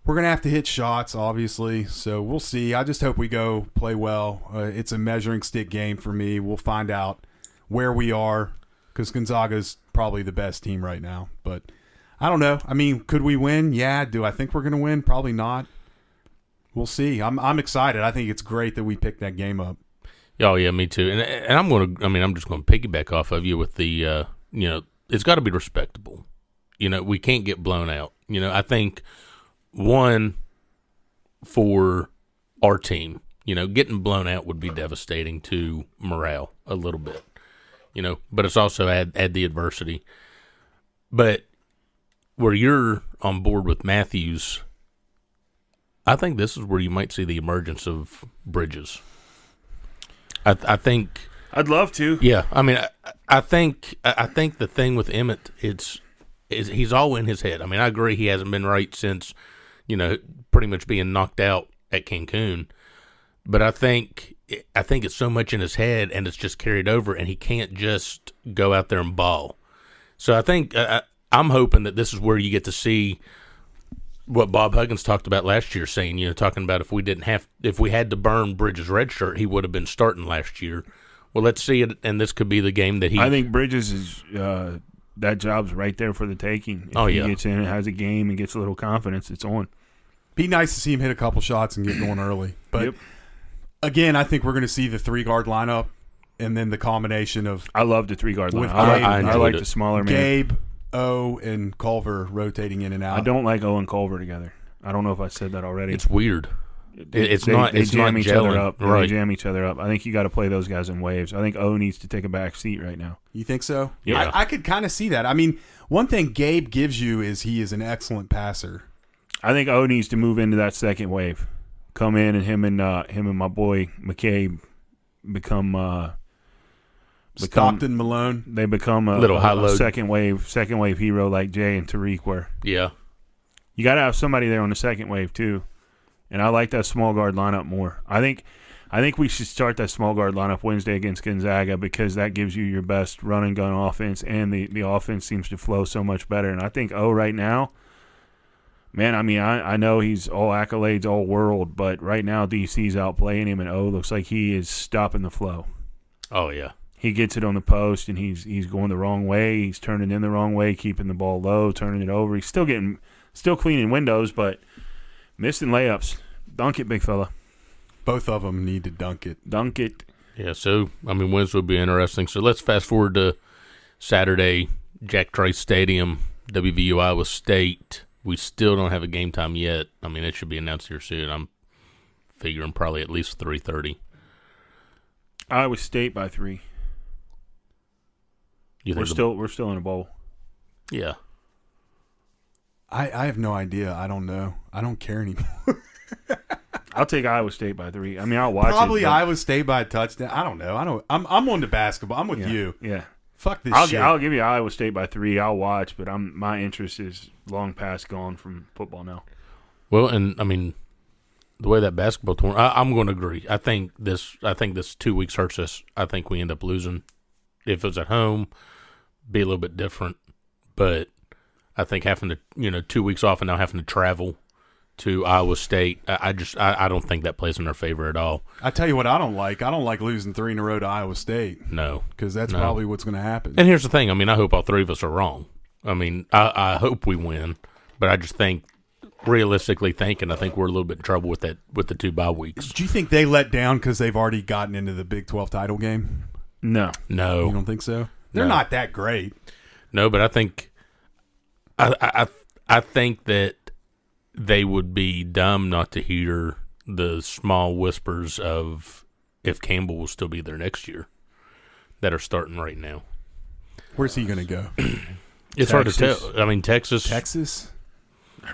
Speaker 3: we're gonna have to hit shots, obviously. So we'll see. I just hope we go play well. Uh, it's a measuring stick game for me. We'll find out where we are because Gonzaga's probably the best team right now. But I don't know. I mean, could we win? Yeah. Do I think we're gonna win? Probably not. We'll see. I'm I'm excited. I think it's great that we picked that game up.
Speaker 1: Oh yeah, me too. And and I'm gonna. I mean, I'm just gonna piggyback off of you with the. Uh, you know, it's got to be respectable. You know, we can't get blown out. You know, I think one for our team. You know, getting blown out would be devastating to morale a little bit. You know, but it's also add add the adversity. But where you're on board with Matthews, I think this is where you might see the emergence of Bridges. I, I think
Speaker 2: I'd love to.
Speaker 1: Yeah, I mean, I, I think I I think the thing with Emmett, it's is he's all in his head. I mean, I agree he hasn't been right since you know pretty much being knocked out at Cancun, but I think I think it's so much in his head and it's just carried over, and he can't just go out there and ball. So I think uh, I- I'm hoping that this is where you get to see what Bob Huggins talked about last year, saying you know talking about if we didn't have if we had to burn Bridges' red shirt, he would have been starting last year. Well, let's see it, and this could be the game that he.
Speaker 2: I think Bridges is uh, that job's right there for the taking. If
Speaker 1: Oh,
Speaker 2: he
Speaker 1: yeah.
Speaker 2: gets in and has a game and gets a little confidence, it's on.
Speaker 3: Be nice to see him hit a couple shots and get going early. But again, I think we're going to see the three guard lineup and then the combination of
Speaker 2: I love the three guard
Speaker 3: with
Speaker 2: lineup. I like-
Speaker 3: Gabe-
Speaker 2: I enjoyed I like it. the smaller man.
Speaker 3: Gabe, O, and Culver rotating in and out.
Speaker 2: I don't like Owen Culver together. I don't know if I said that already.
Speaker 1: It's weird. It- it's
Speaker 2: they,
Speaker 1: not-
Speaker 2: They
Speaker 1: it's
Speaker 2: jam
Speaker 1: not
Speaker 2: each
Speaker 1: gelling.
Speaker 2: other up. They
Speaker 1: Right.
Speaker 2: jam each other up. I think you got to play those guys in waves. I think O needs to take a back seat right now.
Speaker 3: You think so?
Speaker 2: Yeah.
Speaker 3: I, I could kind of see that. I mean, one thing Gabe gives you is he is an excellent passer.
Speaker 2: I think O needs to move into that second wave. Come in and him and uh, him and my boy McCabe become uh,
Speaker 3: Stockton Malone.
Speaker 2: They become a
Speaker 1: Little
Speaker 2: a-
Speaker 1: high
Speaker 2: a
Speaker 1: low.
Speaker 2: second wave second wave hero like Jay and Tariq were.
Speaker 1: Yeah.
Speaker 2: You got to have somebody there on the second wave too. And I like that small guard lineup more. I think I think we should start that small guard lineup Wednesday against Gonzaga because that gives you your best run and gun offense and the, the offense seems to flow so much better. And I think O right now Man, I mean, I, I know he's all accolades, all world, but right now DC's outplaying him, and O looks like he is stopping the flow
Speaker 1: Oh yeah.
Speaker 2: he gets it on the post and he's he's going the wrong way. He's turning in the wrong way, keeping the ball low, turning it over. He's still getting still cleaning windows, but missing layups. Dunk it, big fella.
Speaker 3: Both of them need to dunk it.
Speaker 2: Dunk it.
Speaker 1: Yeah, so I mean, Wednesday will be interesting. So let's fast forward to Saturday, Jack Trace Stadium, WVU Iowa State. We still don't have a game time yet. I mean, it should be announced here soon. I'm figuring probably at least three thirty.
Speaker 2: Iowa State by three.
Speaker 1: You
Speaker 2: we're
Speaker 1: think the-
Speaker 2: still we're still in a bowl.
Speaker 1: Yeah.
Speaker 3: I, I have no idea. I don't know. I don't care (laughs) anymore.
Speaker 2: I'll take Iowa State by three. I mean, I'll watch
Speaker 3: Probably
Speaker 2: it. but
Speaker 3: Iowa State by a touchdown. I don't know. I don't. I'm I'm on to basketball. I'm with
Speaker 2: Yeah,
Speaker 3: you.
Speaker 2: Yeah.
Speaker 3: Fuck this
Speaker 2: I'll, gi-
Speaker 3: shit.
Speaker 2: I'll give you Iowa State by three. I'll watch, but I'm my interest is long past gone from football now.
Speaker 1: Well, and I mean, the way that basketball tour, I, I'm going to agree. I think this. I think this two weeks hurts us. I think we end up losing. If it was at home, be a little bit different. But I think having to, you know, two weeks off and now having to travel to Iowa State, I, I just, I, I don't think that plays in our favor at all.
Speaker 3: I tell you what. I don't like. I don't like losing three in a row to Iowa State
Speaker 1: No,
Speaker 3: because that's
Speaker 1: No.
Speaker 3: probably what's going to happen.
Speaker 1: And here's the thing. I mean, I hope all three of us are wrong. I mean, I, I hope we win, but I just think, realistically thinking, I think we're a little bit in trouble with that with the two bye weeks.
Speaker 3: Do you think they let down because they've already gotten into the Big Twelve title game?
Speaker 2: No,
Speaker 1: No,
Speaker 3: You don't think so? They're
Speaker 1: No.
Speaker 3: not that great.
Speaker 1: No, but I think I, I I I think that they would be dumb not to hear the small whispers of if Campbell will still be there next year that are starting right now.
Speaker 3: Where's he going
Speaker 1: (clears throat)
Speaker 3: to go?
Speaker 1: It's hard to Texas. tell. I mean, Texas-
Speaker 3: Texas.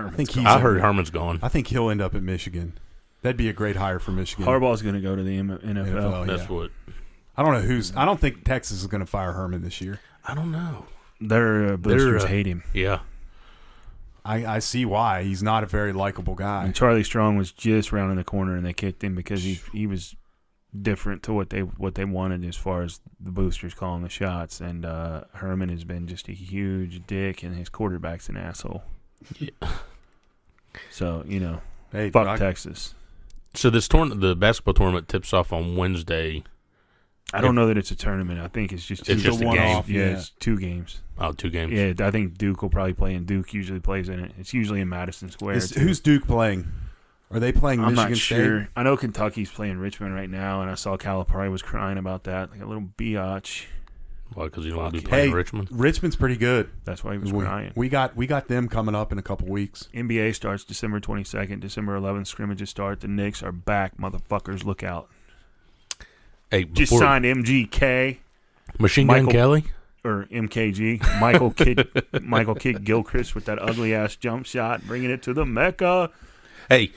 Speaker 3: Oh, I think he's.
Speaker 1: I heard Herman's gone.
Speaker 3: I think he'll end up at Michigan. That'd be a great hire for Michigan.
Speaker 2: Harbaugh's going to go to the M- NFL.
Speaker 3: NFL, yeah.
Speaker 1: That's what
Speaker 3: I don't know who's. I don't think Texas is going to fire Herman this year.
Speaker 1: I don't know.
Speaker 2: Their uh, boosters hate him.
Speaker 1: Yeah.
Speaker 3: I, I see why. He's not a very likable guy.
Speaker 2: And Charlie Strong was just rounding the corner, and they kicked him because he he was different to what they what they wanted as far as the boosters calling the shots. And uh, Herman has been just a huge dick, and his quarterback's an asshole. So you know,
Speaker 3: Hey,
Speaker 2: fuck
Speaker 3: Brock-
Speaker 2: Texas.
Speaker 1: So this tournament, the basketball tournament, tips off on Wednesday.
Speaker 2: I don't know that it's a tournament. I think it's just
Speaker 1: It's just a
Speaker 2: one-off.
Speaker 1: game.
Speaker 2: Yeah,
Speaker 1: Yeah.
Speaker 2: it's two games.
Speaker 1: Oh, two games.
Speaker 2: Yeah, I think Duke will probably play, and Duke usually plays in it. It's usually in Madison Square.
Speaker 3: Is-
Speaker 2: too.
Speaker 3: who's Duke playing? Are they playing
Speaker 2: I'm
Speaker 3: Michigan
Speaker 2: not
Speaker 3: State?
Speaker 2: sure. I know Kentucky's playing Richmond right now, and I saw Calipari was crying about that, like a little biatch.
Speaker 1: Why? Because you don't want to be
Speaker 3: Hey,
Speaker 1: playing Richmond.
Speaker 3: Richmond's pretty good.
Speaker 2: That's why he was
Speaker 3: we,
Speaker 2: crying.
Speaker 3: We got we got them coming up in a couple weeks.
Speaker 2: NBA starts December 22nd, December 11th. Scrimmages start. The Knicks are back, motherfuckers. Look out.
Speaker 1: Hey,
Speaker 2: Just
Speaker 1: before-
Speaker 2: signed MGK,
Speaker 1: Machine Gun Kelly?
Speaker 2: or MKG, Michael Kid, Michael Kid Gilchrist with that ugly ass jump shot, bringing it to the mecca.
Speaker 1: Hey,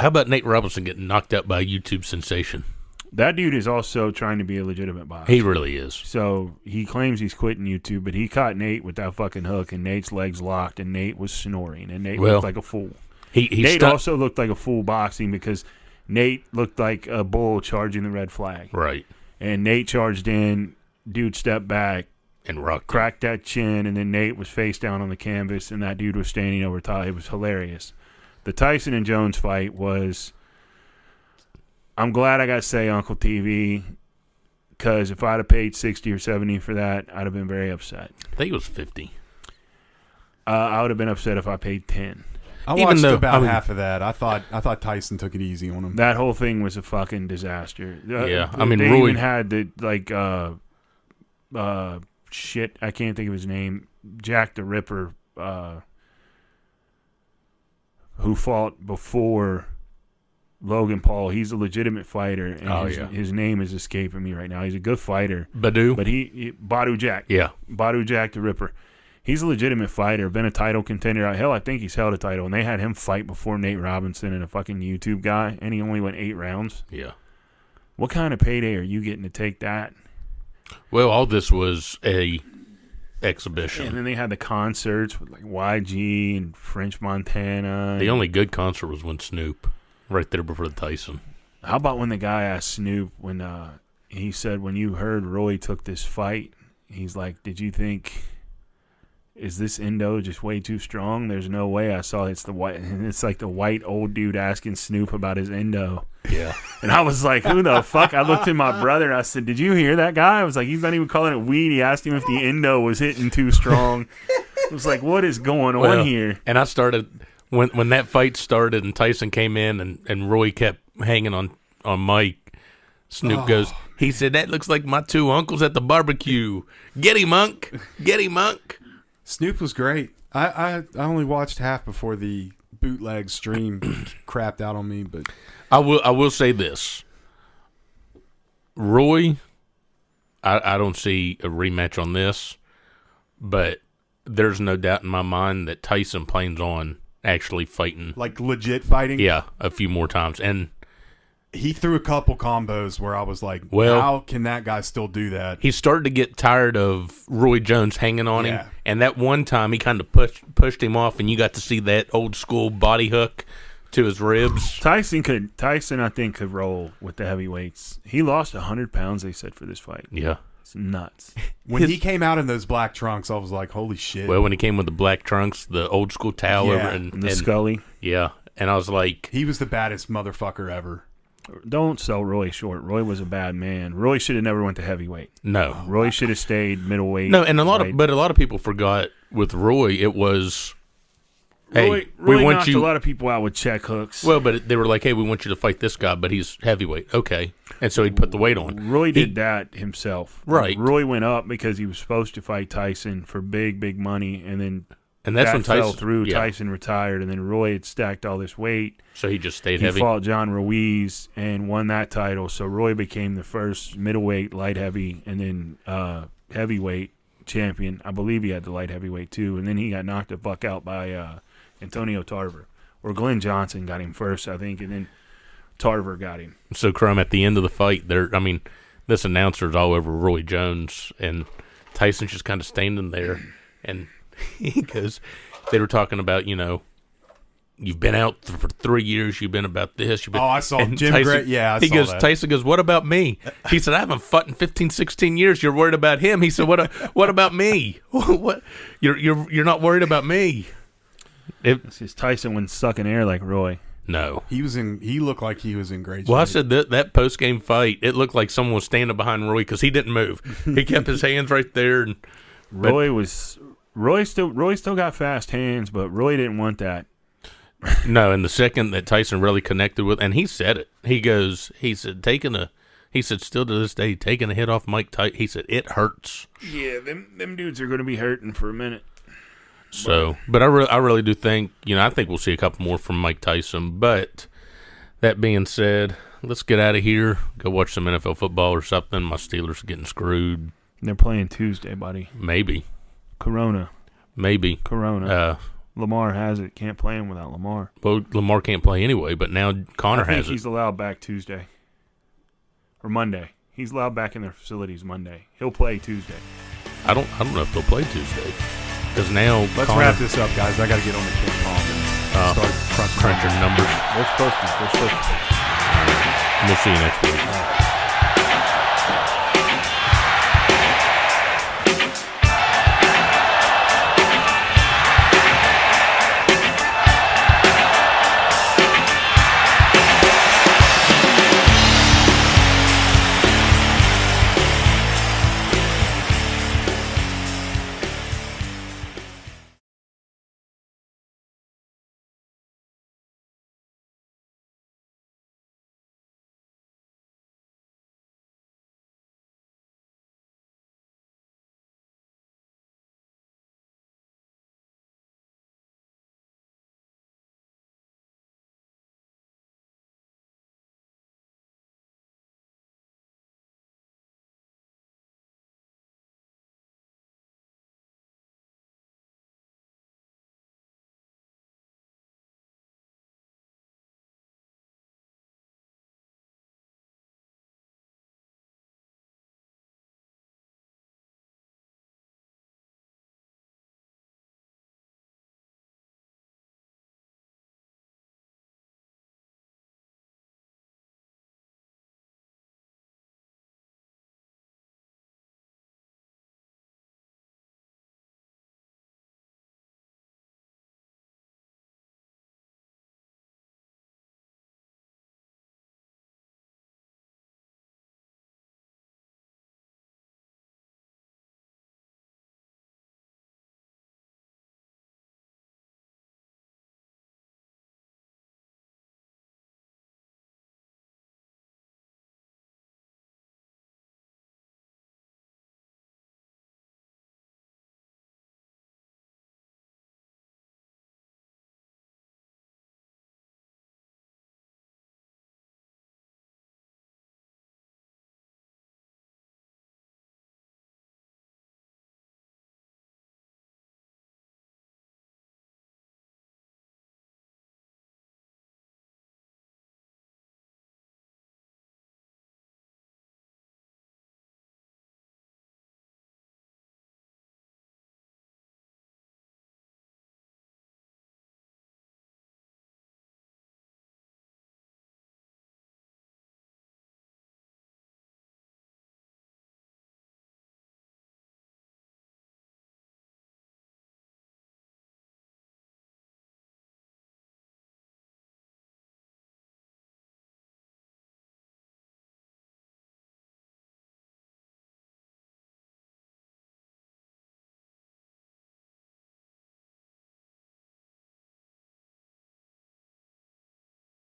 Speaker 1: how about Nate Robinson getting knocked out by a YouTube sensation?
Speaker 2: That dude is also trying to be a legitimate boxer.
Speaker 1: He really is.
Speaker 2: So he claims he's quitting YouTube, but he caught Nate with that fucking hook, and Nate's legs locked, and Nate was snoring, and Nate
Speaker 1: Well,
Speaker 2: looked like a fool.
Speaker 1: he- he
Speaker 2: Nate
Speaker 1: stu-
Speaker 2: also looked like a fool boxing because Nate looked like a bull charging the red flag.
Speaker 1: Right.
Speaker 2: And Nate charged in, dude stepped back
Speaker 1: and rocked,
Speaker 2: cracked that chin, and then Nate was face down on the canvas, and that dude was standing over top. It was hilarious. The Tyson and Jones fight was. I'm glad I got to say Uncle TV, because if I'd have paid sixty or seventy for that, I'd have been very upset.
Speaker 1: I think it was fifty.
Speaker 2: Uh, I would have been upset if I paid ten.
Speaker 3: I watched about half of that. I thought I thought Tyson took it easy on him.
Speaker 2: That whole thing was a fucking disaster. Uh,
Speaker 1: Yeah, I
Speaker 2: they-
Speaker 1: mean,
Speaker 2: they
Speaker 1: Roy-
Speaker 2: even had the like uh, uh, shit. I can't think of his name. Jack the Ripper, uh, who fought before Logan Paul. He's a legitimate fighter, and
Speaker 1: Oh,
Speaker 2: his,
Speaker 1: yeah.
Speaker 2: his name is escaping me right now. He's a good fighter,
Speaker 1: Badu?
Speaker 2: but he, he Badu Jack.
Speaker 1: Yeah.
Speaker 2: Badu Jack the Ripper. He's a legitimate fighter, been a title contender. Hell, I think he's held a title, and they had him fight before Nate Robinson and a fucking YouTube guy, and he only went eight rounds.
Speaker 1: Yeah.
Speaker 2: What kind of payday are you getting to take that?
Speaker 1: Well, all this was a exhibition.
Speaker 2: And then they had the concerts with like YG and French Montana.
Speaker 1: The only good concert was when Snoop, right there before the Tyson.
Speaker 2: How about when the guy asked Snoop when uh, he said when you heard Roy took this fight, he's like, "Did you think is this endo just way too strong? There's no way." I saw it's the white, (laughs) and it's like the white old dude asking Snoop about his endo.
Speaker 1: Yeah.
Speaker 2: And I was like, "Who the fuck?" I looked at my brother and I said, "Did you hear that guy?" I was like, "He's not even calling it weed." He asked him if the endo was hitting too strong. I was like, "What is going
Speaker 1: Well,
Speaker 2: on here?"
Speaker 1: And I started when when that fight started and Tyson came in and, and Roy kept hanging on on Mike. Snoop
Speaker 15: Oh.
Speaker 1: goes. He said that looks like my two uncles at the barbecue. Get him, Monk. Get him, Monk.
Speaker 3: Snoop was great. I, I, I only watched half before the bootleg stream (coughs) crapped out on me, but
Speaker 1: I will. I will say this. Roy, I, I don't see a rematch on this, but there's no doubt in my mind that Tyson plans on actually fighting.
Speaker 3: like legit fighting.
Speaker 1: Yeah, a few more times, and
Speaker 3: He threw a couple combos where I was like,
Speaker 1: Well-
Speaker 3: how can that guy still do that?
Speaker 1: he started to get tired of Roy Jones hanging on
Speaker 3: Yeah.
Speaker 1: him, and that one time he kind of pushed pushed him off, and you got to see that old school body hook to his ribs.
Speaker 2: Tyson could Tyson I think could roll with the heavyweights. He lost hundred pounds they said for this fight.
Speaker 1: Yeah. (laughs)
Speaker 2: It's nuts.
Speaker 3: When he came out in those black trunks, I was like, holy shit.
Speaker 1: Well, when he came with the black trunks, the old school towel
Speaker 3: Yeah.
Speaker 1: over and,
Speaker 3: And the
Speaker 2: Scully.
Speaker 1: yeah, and I was like,
Speaker 3: he was the baddest motherfucker ever.
Speaker 2: Don't sell Roy short. Roy was a bad man. Roy should have never went to heavyweight.
Speaker 1: No.
Speaker 2: Roy should have stayed middleweight.
Speaker 1: No, and a lot
Speaker 2: light.
Speaker 1: of but a lot of people forgot with Roy it was hey,
Speaker 2: Roy, Roy
Speaker 1: we want
Speaker 2: knocked
Speaker 1: you
Speaker 2: a lot of people out with check hooks.
Speaker 1: Well, but they were like, "Hey, we want you to fight this guy, but he's heavyweight." Okay. And so he put the weight on.
Speaker 2: Roy did that himself.
Speaker 1: Right.
Speaker 2: Roy went up because he was supposed to fight Tyson for big, big money and then
Speaker 1: And that's
Speaker 2: that
Speaker 1: when
Speaker 2: fell
Speaker 1: Tyson-
Speaker 2: through.
Speaker 1: yeah.
Speaker 2: Tyson retired and then Roy had stacked all this weight.
Speaker 1: So he just stayed
Speaker 2: he
Speaker 1: heavy.
Speaker 2: fought John Ruiz and won that title. So Roy became the first middleweight, light heavy, and then uh, heavyweight champion. I believe he had the light heavyweight too, and then he got knocked the fuck out by uh, Antonio Tarver or Glenn Johnson got him first, I think, and then Tarver got him.
Speaker 1: So Crum at the end of the fight, there I mean, this announcer's all over Roy Jones and Tyson's just (laughs) kind of standing there and he goes they were talking about, you know, you've been out th- for three years. You've been about this. You've been,
Speaker 3: Oh, I saw
Speaker 1: and
Speaker 3: Jim
Speaker 1: Tyson-
Speaker 3: Gray- yeah, I
Speaker 1: he
Speaker 3: saw
Speaker 1: goes.
Speaker 3: that.
Speaker 1: Tyson goes. What about me? He said, I haven't fought in 15, 16 years. You're worried about him. He said, What? a- what about me? (laughs) what? You're you're you're not worried about me.
Speaker 2: This is Tyson when sucking air like Roy.
Speaker 1: No.
Speaker 3: He was in. He looked like he was in great shape.
Speaker 1: Well, I said that that post game fight, it looked like someone was standing behind Roy because he didn't move. He kept his hands right there, and but-
Speaker 2: Roy was Roy still Roy still got fast hands, but Roy didn't want that.
Speaker 1: No, and the second that Tyson really connected with, and he said it. He goes, he said, taking a, he said, still to this day, taking a hit off Mike Tyson. He said it hurts.
Speaker 2: Yeah, them them dudes are gonna be hurting for a minute.
Speaker 1: So, but I really, I really do think, you know, I think we'll see a couple more from Mike Tyson. But that being said, let's get out of here. Go watch some NFL football or something. My Steelers are getting screwed.
Speaker 2: They're playing Tuesday, buddy.
Speaker 1: Maybe,
Speaker 2: Corona.
Speaker 1: maybe.
Speaker 2: Corona.
Speaker 1: Uh,
Speaker 2: Lamar has it. Can't play him without Lamar.
Speaker 1: well, Lamar can't play anyway, but now Connor
Speaker 2: I think
Speaker 1: has it.
Speaker 2: he's allowed back Tuesday or Monday. He's allowed back in their facilities Monday. He'll play Tuesday.
Speaker 1: I don't. I don't know if they'll play Tuesday. Because now
Speaker 3: Let's
Speaker 1: Connor-
Speaker 3: wrap this up, guys. I got to get on the King Kong and
Speaker 1: Uh,
Speaker 3: start crunching
Speaker 1: numbers.
Speaker 2: We're supposed to. We're supposed to.
Speaker 1: We'll see you next week.